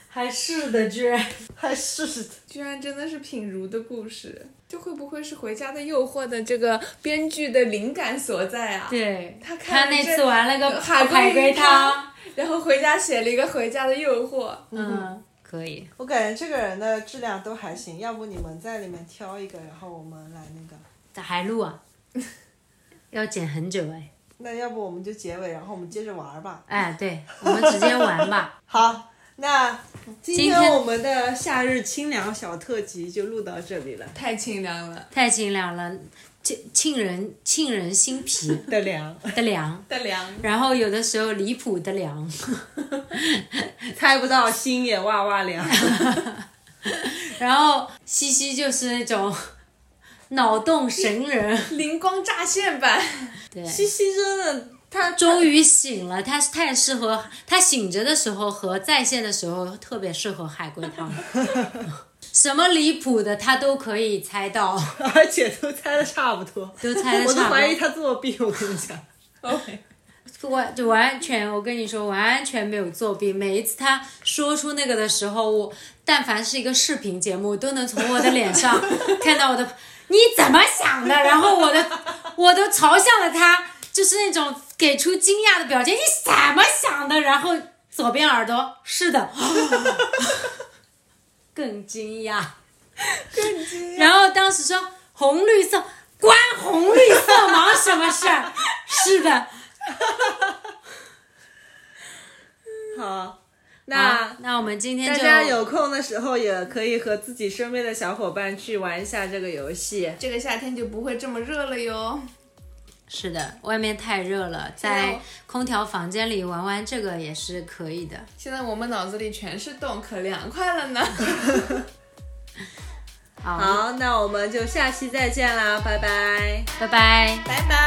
[SPEAKER 4] 还是的，居然。
[SPEAKER 3] 还是
[SPEAKER 1] 居然真的是品如的故事，这会不会是《回家的诱惑》的这个编剧的灵感所在啊？
[SPEAKER 4] 对，
[SPEAKER 1] 他看
[SPEAKER 4] 他
[SPEAKER 1] 了
[SPEAKER 4] 那
[SPEAKER 1] 这
[SPEAKER 4] 次玩了个
[SPEAKER 1] 海
[SPEAKER 4] 海
[SPEAKER 1] 龟
[SPEAKER 4] 龟
[SPEAKER 1] 汤，然后回家写了一个《回家的诱惑》。
[SPEAKER 4] 嗯，可以。
[SPEAKER 3] 我感觉这个人的质量都还行，要不你们在里面挑一个，然后我们来那个。
[SPEAKER 4] 咋还录啊？要剪很久哎。
[SPEAKER 3] 那要不我们就结尾，然后我们接着玩吧。
[SPEAKER 4] 哎，对，我们直接 玩吧。
[SPEAKER 3] 好，那今
[SPEAKER 4] 今
[SPEAKER 3] 天
[SPEAKER 4] 天
[SPEAKER 3] 我们的夏日清凉小特辑就录到这 里了，
[SPEAKER 1] 太清凉了，
[SPEAKER 4] 太清凉了，沁沁人沁人心脾
[SPEAKER 3] 的凉。
[SPEAKER 4] 的凉，
[SPEAKER 1] 的凉。
[SPEAKER 4] 然后有的时候离谱的凉，
[SPEAKER 3] 猜不到，心也哇哇凉。
[SPEAKER 4] 哎然后西西就是那种 脑洞神人，
[SPEAKER 1] 灵光乍现版，
[SPEAKER 4] 对。
[SPEAKER 3] 西西真的，他
[SPEAKER 4] 终于醒了，他太适合他醒着的时候和在线的时候特别适合海龟 汤，什么离谱的他都可以猜到，
[SPEAKER 3] 而且都猜的差不多，
[SPEAKER 4] 都猜得
[SPEAKER 3] 我都
[SPEAKER 4] 差不
[SPEAKER 3] 怀疑
[SPEAKER 4] 多。
[SPEAKER 3] 他作弊。我跟你讲，
[SPEAKER 4] 完就完全，我跟你说，完全没有作弊。每一次他说出那个的时候，我但凡是一个视频节目，都能从我的脸上看到我的 你怎么想的，然后我的 我都嘲笑了他，就是那种给出惊讶的表情，你怎么想的？然后左边耳朵是的， 更惊讶，更惊讶。然后当时说红绿色。关红绿色盲什么事儿？ 是的，
[SPEAKER 3] 好，那
[SPEAKER 4] 好那我们今天
[SPEAKER 3] 大
[SPEAKER 4] 就
[SPEAKER 3] 家有空的时候也可以和自己身边的小伙伴去玩一下这个游戏。
[SPEAKER 1] 这个夏天就不会这么热了哟。
[SPEAKER 4] 是的，外面太热了，
[SPEAKER 1] 在
[SPEAKER 3] 啊
[SPEAKER 4] 在
[SPEAKER 1] 我
[SPEAKER 4] 空调房间里玩玩这个也是可以的。
[SPEAKER 1] 现在我们脑子里全是洞，可凉快了呢。
[SPEAKER 4] 好，
[SPEAKER 3] 好，那我们就下期再见啦，拜拜。
[SPEAKER 4] 拜拜。
[SPEAKER 1] 拜拜。